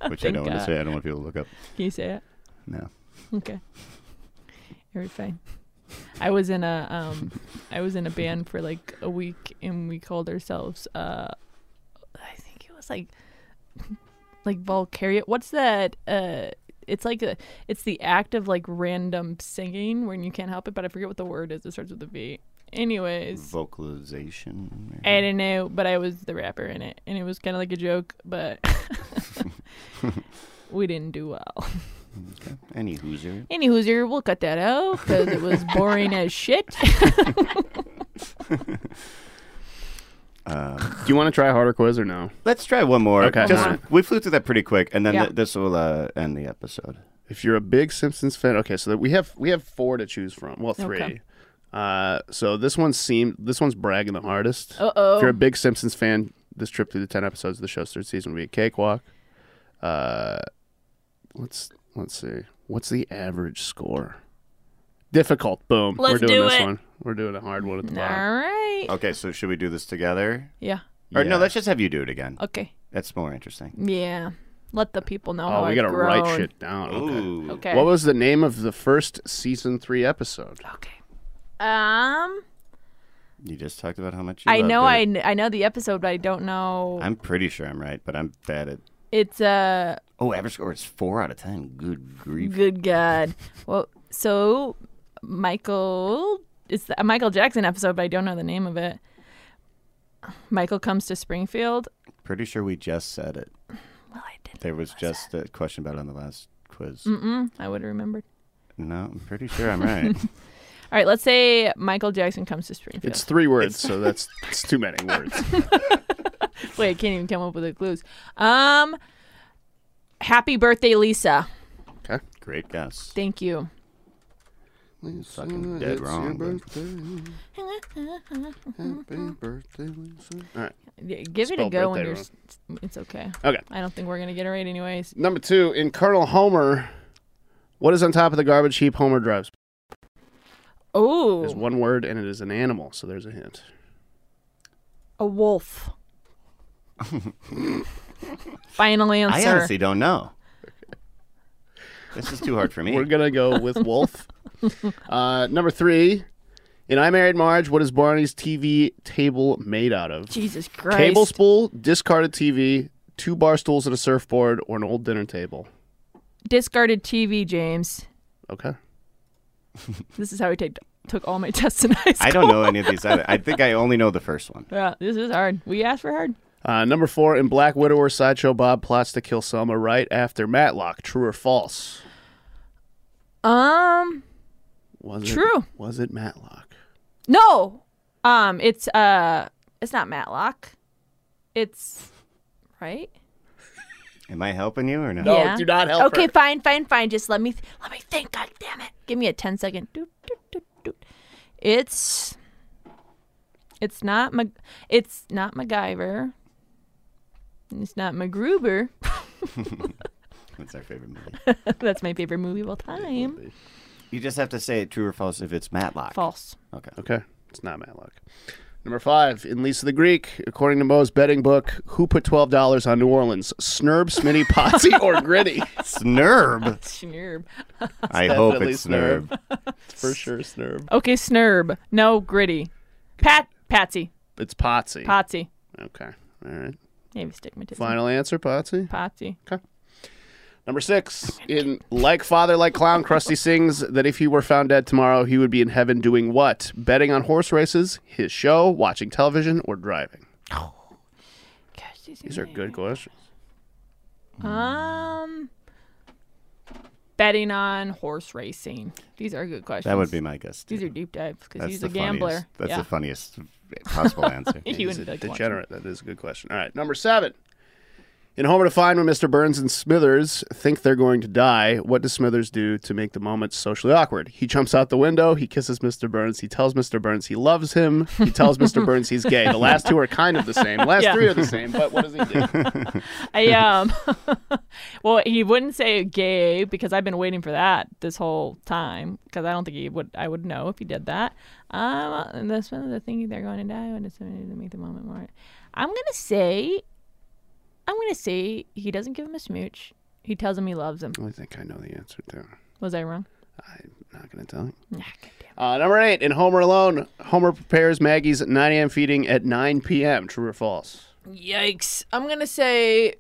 [SPEAKER 1] which I
[SPEAKER 2] Thank
[SPEAKER 1] don't want
[SPEAKER 2] God.
[SPEAKER 1] to say. I don't want people to look up.
[SPEAKER 2] Can you say it?
[SPEAKER 1] No,
[SPEAKER 2] Okay. You're fine. I was in a um I was in a band for like a week and we called ourselves uh I think it was like like Volcariot. What's that uh it's like a it's the act of like random singing when you can't help it, but I forget what the word is. It starts with a V. Anyways,
[SPEAKER 1] vocalization. maybe?
[SPEAKER 2] I don't know, but I was the rapper in it and it was kind of like a joke, but we didn't do well.
[SPEAKER 1] Any hooser.
[SPEAKER 2] Any hooser, we'll cut that out because it was boring as shit.
[SPEAKER 1] Um,
[SPEAKER 3] Do you want to try a harder quiz or no?
[SPEAKER 1] let's try one more.
[SPEAKER 3] Okay.
[SPEAKER 1] Just-
[SPEAKER 3] Alright.
[SPEAKER 1] we flew through that pretty quick, and then
[SPEAKER 2] Yeah.
[SPEAKER 1] th- this will uh, end the episode.
[SPEAKER 3] If you're a big Simpsons fan, okay, so that we have we have four to choose from. Well, three.
[SPEAKER 2] Okay.
[SPEAKER 3] Uh, so this one seemed this one's bragging the hardest.
[SPEAKER 2] Uh
[SPEAKER 3] If you're
[SPEAKER 2] oh.
[SPEAKER 3] a big Simpsons fan, this trip through the ten episodes of the show's third season will be a cakewalk. Uh, let's let's see. What's the average score? Difficult. Boom.
[SPEAKER 2] Let's
[SPEAKER 3] We're doing
[SPEAKER 2] do
[SPEAKER 3] this
[SPEAKER 2] it.
[SPEAKER 3] one. We're doing a hard one at the
[SPEAKER 2] All
[SPEAKER 3] bottom.
[SPEAKER 2] right.
[SPEAKER 1] Okay, so should we do this together?
[SPEAKER 2] Yeah.
[SPEAKER 1] Or no,
[SPEAKER 3] Yeah.
[SPEAKER 1] let's just have you do it again.
[SPEAKER 2] Okay.
[SPEAKER 1] That's more interesting.
[SPEAKER 2] Yeah. Let the people know how
[SPEAKER 3] Oh, we
[SPEAKER 2] I've
[SPEAKER 3] gotta write
[SPEAKER 2] grown.
[SPEAKER 3] shit down. Okay.
[SPEAKER 1] Ooh.
[SPEAKER 2] Okay.
[SPEAKER 3] What was the name of the first season three episode?
[SPEAKER 2] okay. Um,
[SPEAKER 1] You just talked about how much you
[SPEAKER 2] I
[SPEAKER 1] loved
[SPEAKER 2] know I,
[SPEAKER 1] it.
[SPEAKER 2] kn- I know the episode, but I don't know.
[SPEAKER 1] I'm pretty sure I'm right, but I'm bad at.
[SPEAKER 2] it's a
[SPEAKER 1] Oh, average score is four out of ten. Good grief.
[SPEAKER 2] good God. Well, so Michael, it's the, a Michael Jackson episode, but I don't know the name of it. Michael comes to Springfield.
[SPEAKER 1] Pretty sure we just said it.
[SPEAKER 2] Well, I didn't.
[SPEAKER 1] There was just a question about it on the last quiz.
[SPEAKER 2] Mm-mm, I would have remembered.
[SPEAKER 1] No, I'm pretty sure I'm right.
[SPEAKER 2] All right, let's say Michael Jackson comes to Springfield.
[SPEAKER 3] It's three words, so that's it's too many words.
[SPEAKER 2] Wait, I can't even come up with the clues. Um, happy birthday, Lisa.
[SPEAKER 3] Okay.
[SPEAKER 1] Great guess.
[SPEAKER 2] Thank you.
[SPEAKER 1] Fucking dead wrong. but-
[SPEAKER 3] All right.
[SPEAKER 2] Yeah, Give it a
[SPEAKER 3] Spell
[SPEAKER 2] go when
[SPEAKER 3] birthday
[SPEAKER 2] you're. s- It's okay.
[SPEAKER 3] Okay.
[SPEAKER 2] I don't think we're gonna get it right, anyways.
[SPEAKER 3] Number two, in Colonel Homer, what is on top of the garbage heap Homer drives? There's
[SPEAKER 2] Oh,
[SPEAKER 3] one word and it is an animal, so there's a hint.
[SPEAKER 2] a wolf. Final
[SPEAKER 1] I
[SPEAKER 2] answer.
[SPEAKER 1] honestly don't know. This is too hard for me.
[SPEAKER 3] We're gonna go with wolf. uh, number three, in I Married Marge, what is Barney's TV table made out of?
[SPEAKER 2] Jesus Christ.
[SPEAKER 3] Cable spool, discarded TV, two bar stools and a surfboard, or an old dinner table.
[SPEAKER 2] Discarded TV, James.
[SPEAKER 3] Okay.
[SPEAKER 2] This is how he take, took all my tests in high school.
[SPEAKER 1] I don't know any of these either. I think I only know the first one.
[SPEAKER 2] Yeah, this is hard. We asked for hard.
[SPEAKER 3] Uh, number four, in Black Widower, Sideshow Bob plots to kill Selma right after Matlock. True or false?
[SPEAKER 2] Um,
[SPEAKER 3] Was
[SPEAKER 2] True.
[SPEAKER 3] It, was it Matlock?
[SPEAKER 2] No. Um, it's uh it's not Matlock. It's right?
[SPEAKER 1] Am I helping you or no?
[SPEAKER 3] No, do not help
[SPEAKER 2] Okay,
[SPEAKER 3] her.
[SPEAKER 2] fine, fine, fine. Just let me let me think. God damn it. Give me a 10 second. Doot, doot, doot, doot. It's it's not Mac, it's not MacGyver. It's not MacGruber.
[SPEAKER 1] That's our favorite movie.
[SPEAKER 2] That's my favorite movie of all time.
[SPEAKER 1] You just have to say it true or false if it's Matlock.
[SPEAKER 2] False.
[SPEAKER 1] Okay.
[SPEAKER 3] Okay. It's not Matlock. Number five, in Lisa the Greek, according to Moe's betting book, who put $12 on New Orleans? Snurb, Smitty, Potsy, or Gritty?
[SPEAKER 1] Snurb.
[SPEAKER 2] Snurb.
[SPEAKER 1] I hope
[SPEAKER 3] definitely
[SPEAKER 1] it's Snurb.
[SPEAKER 3] It's for sure Snurb.
[SPEAKER 2] Okay, Snurb. No, Gritty. Pat Patsy.
[SPEAKER 3] It's Potsy.
[SPEAKER 2] Patsy.
[SPEAKER 3] okay. All right.
[SPEAKER 2] Maybe stigmatism.
[SPEAKER 3] Final answer, Potsy.
[SPEAKER 2] Patsy.
[SPEAKER 3] Number six, in Like Father, Like Clown, Krusty sings that if he were found dead tomorrow, he would be in heaven doing what? Betting on horse races, his show, watching television, or driving?
[SPEAKER 2] Gosh,
[SPEAKER 3] These are good questions.
[SPEAKER 2] Um, betting on horse racing. These are good questions.
[SPEAKER 1] That would be my guess.
[SPEAKER 2] These
[SPEAKER 1] too.
[SPEAKER 2] are deep dives because
[SPEAKER 1] That's
[SPEAKER 2] he's
[SPEAKER 1] the
[SPEAKER 2] a gambler.
[SPEAKER 1] Funniest. That's
[SPEAKER 2] yeah.
[SPEAKER 1] the funniest possible answer.
[SPEAKER 2] You
[SPEAKER 3] He's
[SPEAKER 2] wouldn't
[SPEAKER 3] a
[SPEAKER 2] like watching.
[SPEAKER 3] degenerate. That is a good question. All right. Number seven, In Homer to Find, when Mr. Burns and Smithers think they're going to die, what does Smithers do to make the moment socially awkward? He jumps out the window, he kisses Mr. Burns, he tells Mr. Burns he loves him, he tells Mr. Burns he's gay. The last two are kind of the same. The last
[SPEAKER 2] Yeah.
[SPEAKER 3] three are the same, but what does he do?
[SPEAKER 2] I um, well, he wouldn't say gay because I've been waiting for that this whole time because I don't think he would. I would know if he did that. Um, and that's one of the things they're going to die when it's somebody to make the moment more. I'm gonna say, I'm gonna say he doesn't give him a smooch. He tells him he loves him.
[SPEAKER 3] I think I know the answer there.
[SPEAKER 2] Was I wrong?
[SPEAKER 3] I'm not going to tell you.
[SPEAKER 2] Nah, goddamn.
[SPEAKER 3] Uh, number eight, in Homer Alone, Homer prepares Maggie's 9 a.m. feeding at 9 p.m. True or false?
[SPEAKER 2] Yikes! I'm gonna say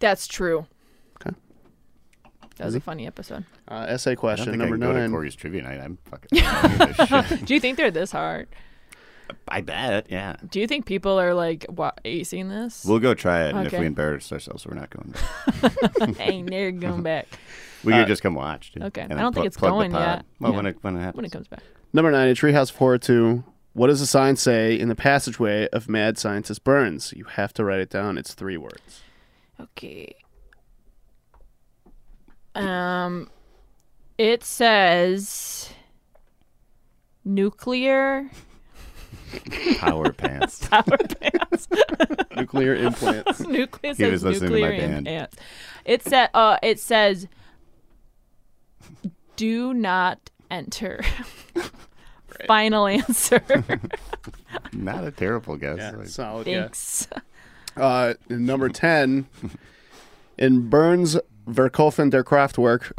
[SPEAKER 2] that's true.
[SPEAKER 3] Okay.
[SPEAKER 2] That was a funny episode.
[SPEAKER 3] Uh, essay
[SPEAKER 1] I
[SPEAKER 3] question
[SPEAKER 1] don't think I
[SPEAKER 3] number
[SPEAKER 1] can go to
[SPEAKER 3] nine.
[SPEAKER 1] Corey's trivia night. I'm fucking. I don't give a shit.
[SPEAKER 2] Do you think they're this hard?
[SPEAKER 1] I bet. Yeah.
[SPEAKER 2] Do you think people are like wa acing this?
[SPEAKER 1] We'll go try it, and if
[SPEAKER 2] Okay.
[SPEAKER 1] we embarrass ourselves, we're not going. Back.
[SPEAKER 2] ain't never going back
[SPEAKER 1] We could just come watch. Dude,
[SPEAKER 2] okay.
[SPEAKER 1] and
[SPEAKER 2] I
[SPEAKER 1] then
[SPEAKER 2] don't think
[SPEAKER 1] pl-
[SPEAKER 2] it's
[SPEAKER 1] plug the
[SPEAKER 2] going
[SPEAKER 1] pod.
[SPEAKER 2] yet.
[SPEAKER 1] Well,
[SPEAKER 2] Yeah.
[SPEAKER 1] when it when it happens.
[SPEAKER 2] when it comes back.
[SPEAKER 3] Number nine, in Treehouse 4 2, what does the sign say in the passageway of Mad Scientist Burns? You have to write it down. It's three words.
[SPEAKER 2] Okay. Um, it says nuclear
[SPEAKER 1] power pants.
[SPEAKER 2] power plants.
[SPEAKER 3] Nuclear implants.
[SPEAKER 2] nuclear
[SPEAKER 1] He was
[SPEAKER 2] says
[SPEAKER 1] listening to my
[SPEAKER 2] nuclear and
[SPEAKER 1] band.
[SPEAKER 2] ants. It said. Uh, it says. Do not enter. Final answer.
[SPEAKER 1] not a terrible guess.
[SPEAKER 3] Yeah,
[SPEAKER 1] Like,
[SPEAKER 3] solid guess.
[SPEAKER 2] Thanks.
[SPEAKER 3] Uh, in number 10, in Burns' Verkoffen der Kraftwerk,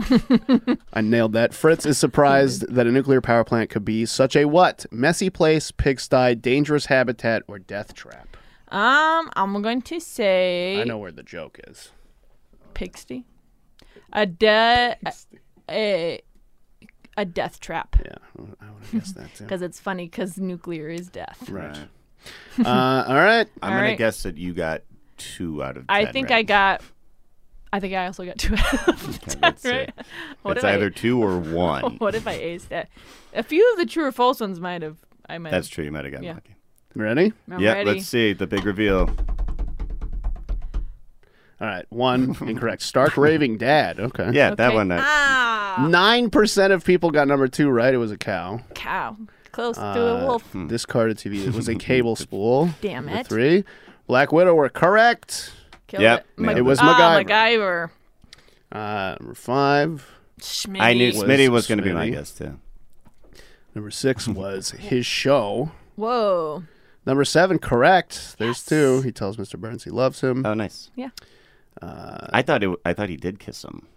[SPEAKER 3] I nailed that. Fritz is surprised that a nuclear power plant could be such a what? Messy place, pigsty, dangerous habitat, or death trap.
[SPEAKER 2] Um, I'm going to say.
[SPEAKER 3] I know where the joke is.
[SPEAKER 2] Pigsty. A death. A, a death trap.
[SPEAKER 3] Yeah, I would have guessed that too.
[SPEAKER 2] Because it's funny, because nuclear is death.
[SPEAKER 3] Right. uh, all right.
[SPEAKER 1] I'm
[SPEAKER 2] All
[SPEAKER 1] gonna
[SPEAKER 2] right.
[SPEAKER 1] guess that you got two out of.
[SPEAKER 2] I
[SPEAKER 1] 10,
[SPEAKER 2] think I
[SPEAKER 1] right?
[SPEAKER 2] got. I think I also got two out of
[SPEAKER 1] Okay,
[SPEAKER 2] ten,
[SPEAKER 1] that's
[SPEAKER 2] right?
[SPEAKER 1] it.
[SPEAKER 2] What
[SPEAKER 1] it's
[SPEAKER 2] if I-
[SPEAKER 1] either two or one.
[SPEAKER 2] What if I aced that? A few of the true or false ones might have. I might.
[SPEAKER 1] That's true. You might have gotten
[SPEAKER 2] Yeah.
[SPEAKER 1] lucky.
[SPEAKER 3] Ready?
[SPEAKER 2] I'm
[SPEAKER 1] yeah.
[SPEAKER 2] ready.
[SPEAKER 1] Let's see the big reveal.
[SPEAKER 3] All right. One incorrect. Stark raving dad. Okay.
[SPEAKER 1] Yeah, that
[SPEAKER 2] Okay.
[SPEAKER 1] one. uh, I,
[SPEAKER 2] Ah,
[SPEAKER 3] Nine percent of people got number two right. It was a cow.
[SPEAKER 2] cow. Close to
[SPEAKER 1] Uh,
[SPEAKER 2] a wolf.
[SPEAKER 3] Discarded TV. It was a cable spool.
[SPEAKER 2] Damn
[SPEAKER 3] Number
[SPEAKER 2] it.
[SPEAKER 3] Three. Black Widow were correct.
[SPEAKER 2] Killed
[SPEAKER 1] Yep,
[SPEAKER 2] it. Mag-
[SPEAKER 1] nailed it. It
[SPEAKER 3] was
[SPEAKER 2] ah, MacGyver.
[SPEAKER 3] MacGyver. Uh, number five.
[SPEAKER 2] Schmitty.
[SPEAKER 1] I knew
[SPEAKER 3] Was
[SPEAKER 1] Smitty was gonna be my
[SPEAKER 3] Smitty.
[SPEAKER 1] guess too.
[SPEAKER 3] Number six was his show.
[SPEAKER 2] Whoa.
[SPEAKER 3] Number seven, correct. There's two. He tells Mr. Burns he loves him.
[SPEAKER 1] Oh, nice.
[SPEAKER 2] Yeah.
[SPEAKER 3] Uh,
[SPEAKER 1] I thought it. w- I thought he did kiss him.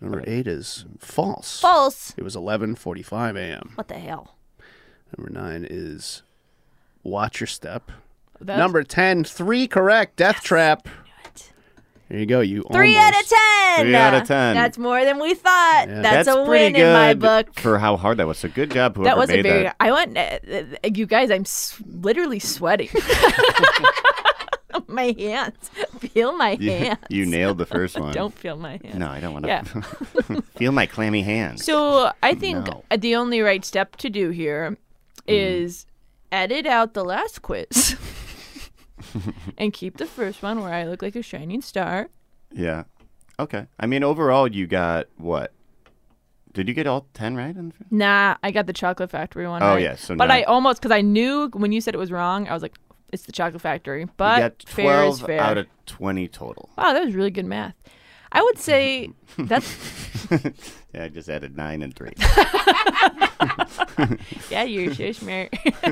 [SPEAKER 3] Number eight is false.
[SPEAKER 2] False.
[SPEAKER 3] It was 11:45 a.m.
[SPEAKER 2] What the hell?
[SPEAKER 3] Number nine is watch your step.
[SPEAKER 2] That's
[SPEAKER 3] Number 10, three correct. Death Trap. There you go. You
[SPEAKER 2] Three
[SPEAKER 3] almost.
[SPEAKER 2] out of ten.
[SPEAKER 1] Three out of 10.
[SPEAKER 2] That's more than we thought. That's, a
[SPEAKER 1] pretty
[SPEAKER 2] win in my
[SPEAKER 1] good
[SPEAKER 2] book.
[SPEAKER 1] for how hard that was. So good job, whoever
[SPEAKER 2] That was a
[SPEAKER 1] made
[SPEAKER 2] very.
[SPEAKER 1] that.
[SPEAKER 2] I want uh, uh, you guys. I'm s- literally sweating. my hands. Feel my
[SPEAKER 1] You,
[SPEAKER 2] hands.
[SPEAKER 1] you nailed the first one.
[SPEAKER 2] Don't feel my hands.
[SPEAKER 1] No, I don't want to
[SPEAKER 2] Yeah.
[SPEAKER 1] feel my clammy hands.
[SPEAKER 2] So I think
[SPEAKER 1] No. Mm-hmm.
[SPEAKER 2] uh, the only right step to do here is edit out the last quiz and keep the first one where I look like a shining star.
[SPEAKER 1] yeah. Okay. I mean, overall, you got what? Did you get all ten right? in the-
[SPEAKER 2] Nah, I got the chocolate factory one.
[SPEAKER 1] Oh,
[SPEAKER 2] right.
[SPEAKER 1] yeah, so
[SPEAKER 2] but
[SPEAKER 1] now-
[SPEAKER 2] I almost because I knew when you said it was wrong, I was like, it's the chocolate factory. But
[SPEAKER 1] you got
[SPEAKER 2] fair is
[SPEAKER 1] twelve
[SPEAKER 2] fair.
[SPEAKER 1] out of twenty total.
[SPEAKER 2] wow, that was really good math. I would say that's
[SPEAKER 1] Yeah, I just added nine and three.
[SPEAKER 2] yeah, you're shish Mary.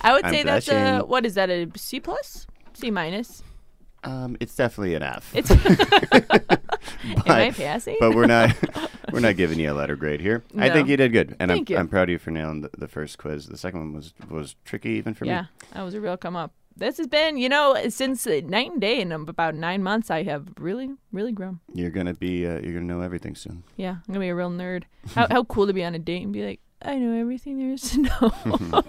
[SPEAKER 2] I would
[SPEAKER 1] I'm
[SPEAKER 2] say that's a
[SPEAKER 1] blushing.
[SPEAKER 2] what is that a C plus C minus?
[SPEAKER 1] um, it's definitely an F.
[SPEAKER 2] It's am I passing?
[SPEAKER 1] But we're not we're not giving you a letter grade here. I
[SPEAKER 2] No.
[SPEAKER 1] think you did good, and
[SPEAKER 2] Thank
[SPEAKER 1] I'm
[SPEAKER 2] you.
[SPEAKER 1] I'm proud of you for nailing the, the first quiz. The second one was was tricky even for
[SPEAKER 2] yeah,
[SPEAKER 1] me.
[SPEAKER 2] that was a real come up. This has been, you know, since uh, night and day in about nine months, I have really, really grown.
[SPEAKER 1] You're gonna be uh, you're gonna know everything soon.
[SPEAKER 2] Yeah, I'm gonna be a real nerd. How, how cool to be on a date and be like, I know everything there is to know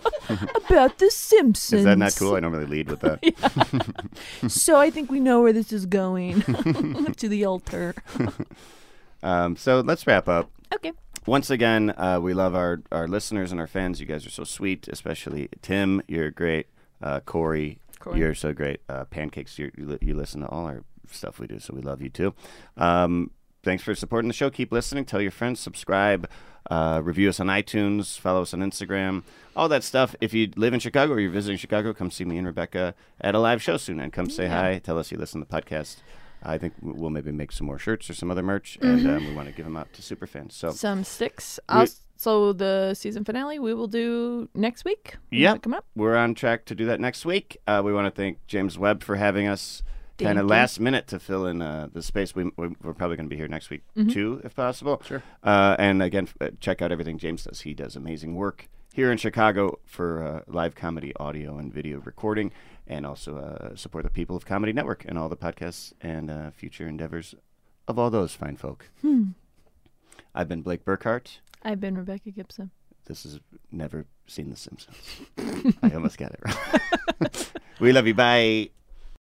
[SPEAKER 2] about The Simpsons.
[SPEAKER 1] Is that not cool? I normally lead with that.
[SPEAKER 2] So I think we know where this is going to the altar.
[SPEAKER 1] um, so let's wrap up.
[SPEAKER 2] Okay.
[SPEAKER 1] Once again, uh, we love our, our listeners and our fans. You guys are so sweet, especially Tim. You're great. Uh, Corey,
[SPEAKER 2] Corn.
[SPEAKER 1] You're so great. Uh, pancakes, you're, you, li- you listen to all our stuff we do, so we love you too. Um, thanks for supporting the show. Keep listening. Tell your friends. Subscribe. Uh, review us on iTunes. Follow us on Instagram. All that stuff. If you live in Chicago or you're visiting Chicago, come see me and Rebecca at a live show soon, and come say hi. Tell us you listen to the podcast. I think w- we'll maybe make some more shirts or some other merch, and um, we want to give them out to super fans. So
[SPEAKER 2] Some sticks. Also, the season finale we will do next week. Will that
[SPEAKER 1] Yep.
[SPEAKER 2] Come up.
[SPEAKER 1] We're on track to do that next week. Uh, we want to thank James Webb for having us kind
[SPEAKER 2] Thank
[SPEAKER 1] of
[SPEAKER 2] you.
[SPEAKER 1] last minute to fill in uh, the space. We, we, we're probably going to be here next week too, if possible. Sure. Uh, and again, f- uh, check out everything James does. He does amazing work here in Chicago for uh, live comedy, audio, and video recording, and also uh, support the People of Comedy Network and all the podcasts and uh, future endeavors of all those fine folk. I've been Blake Burkhart.
[SPEAKER 2] I've been Rebecca Gibson.
[SPEAKER 1] This is never seen The Simpsons. I almost got it wrong. we love you. Bye.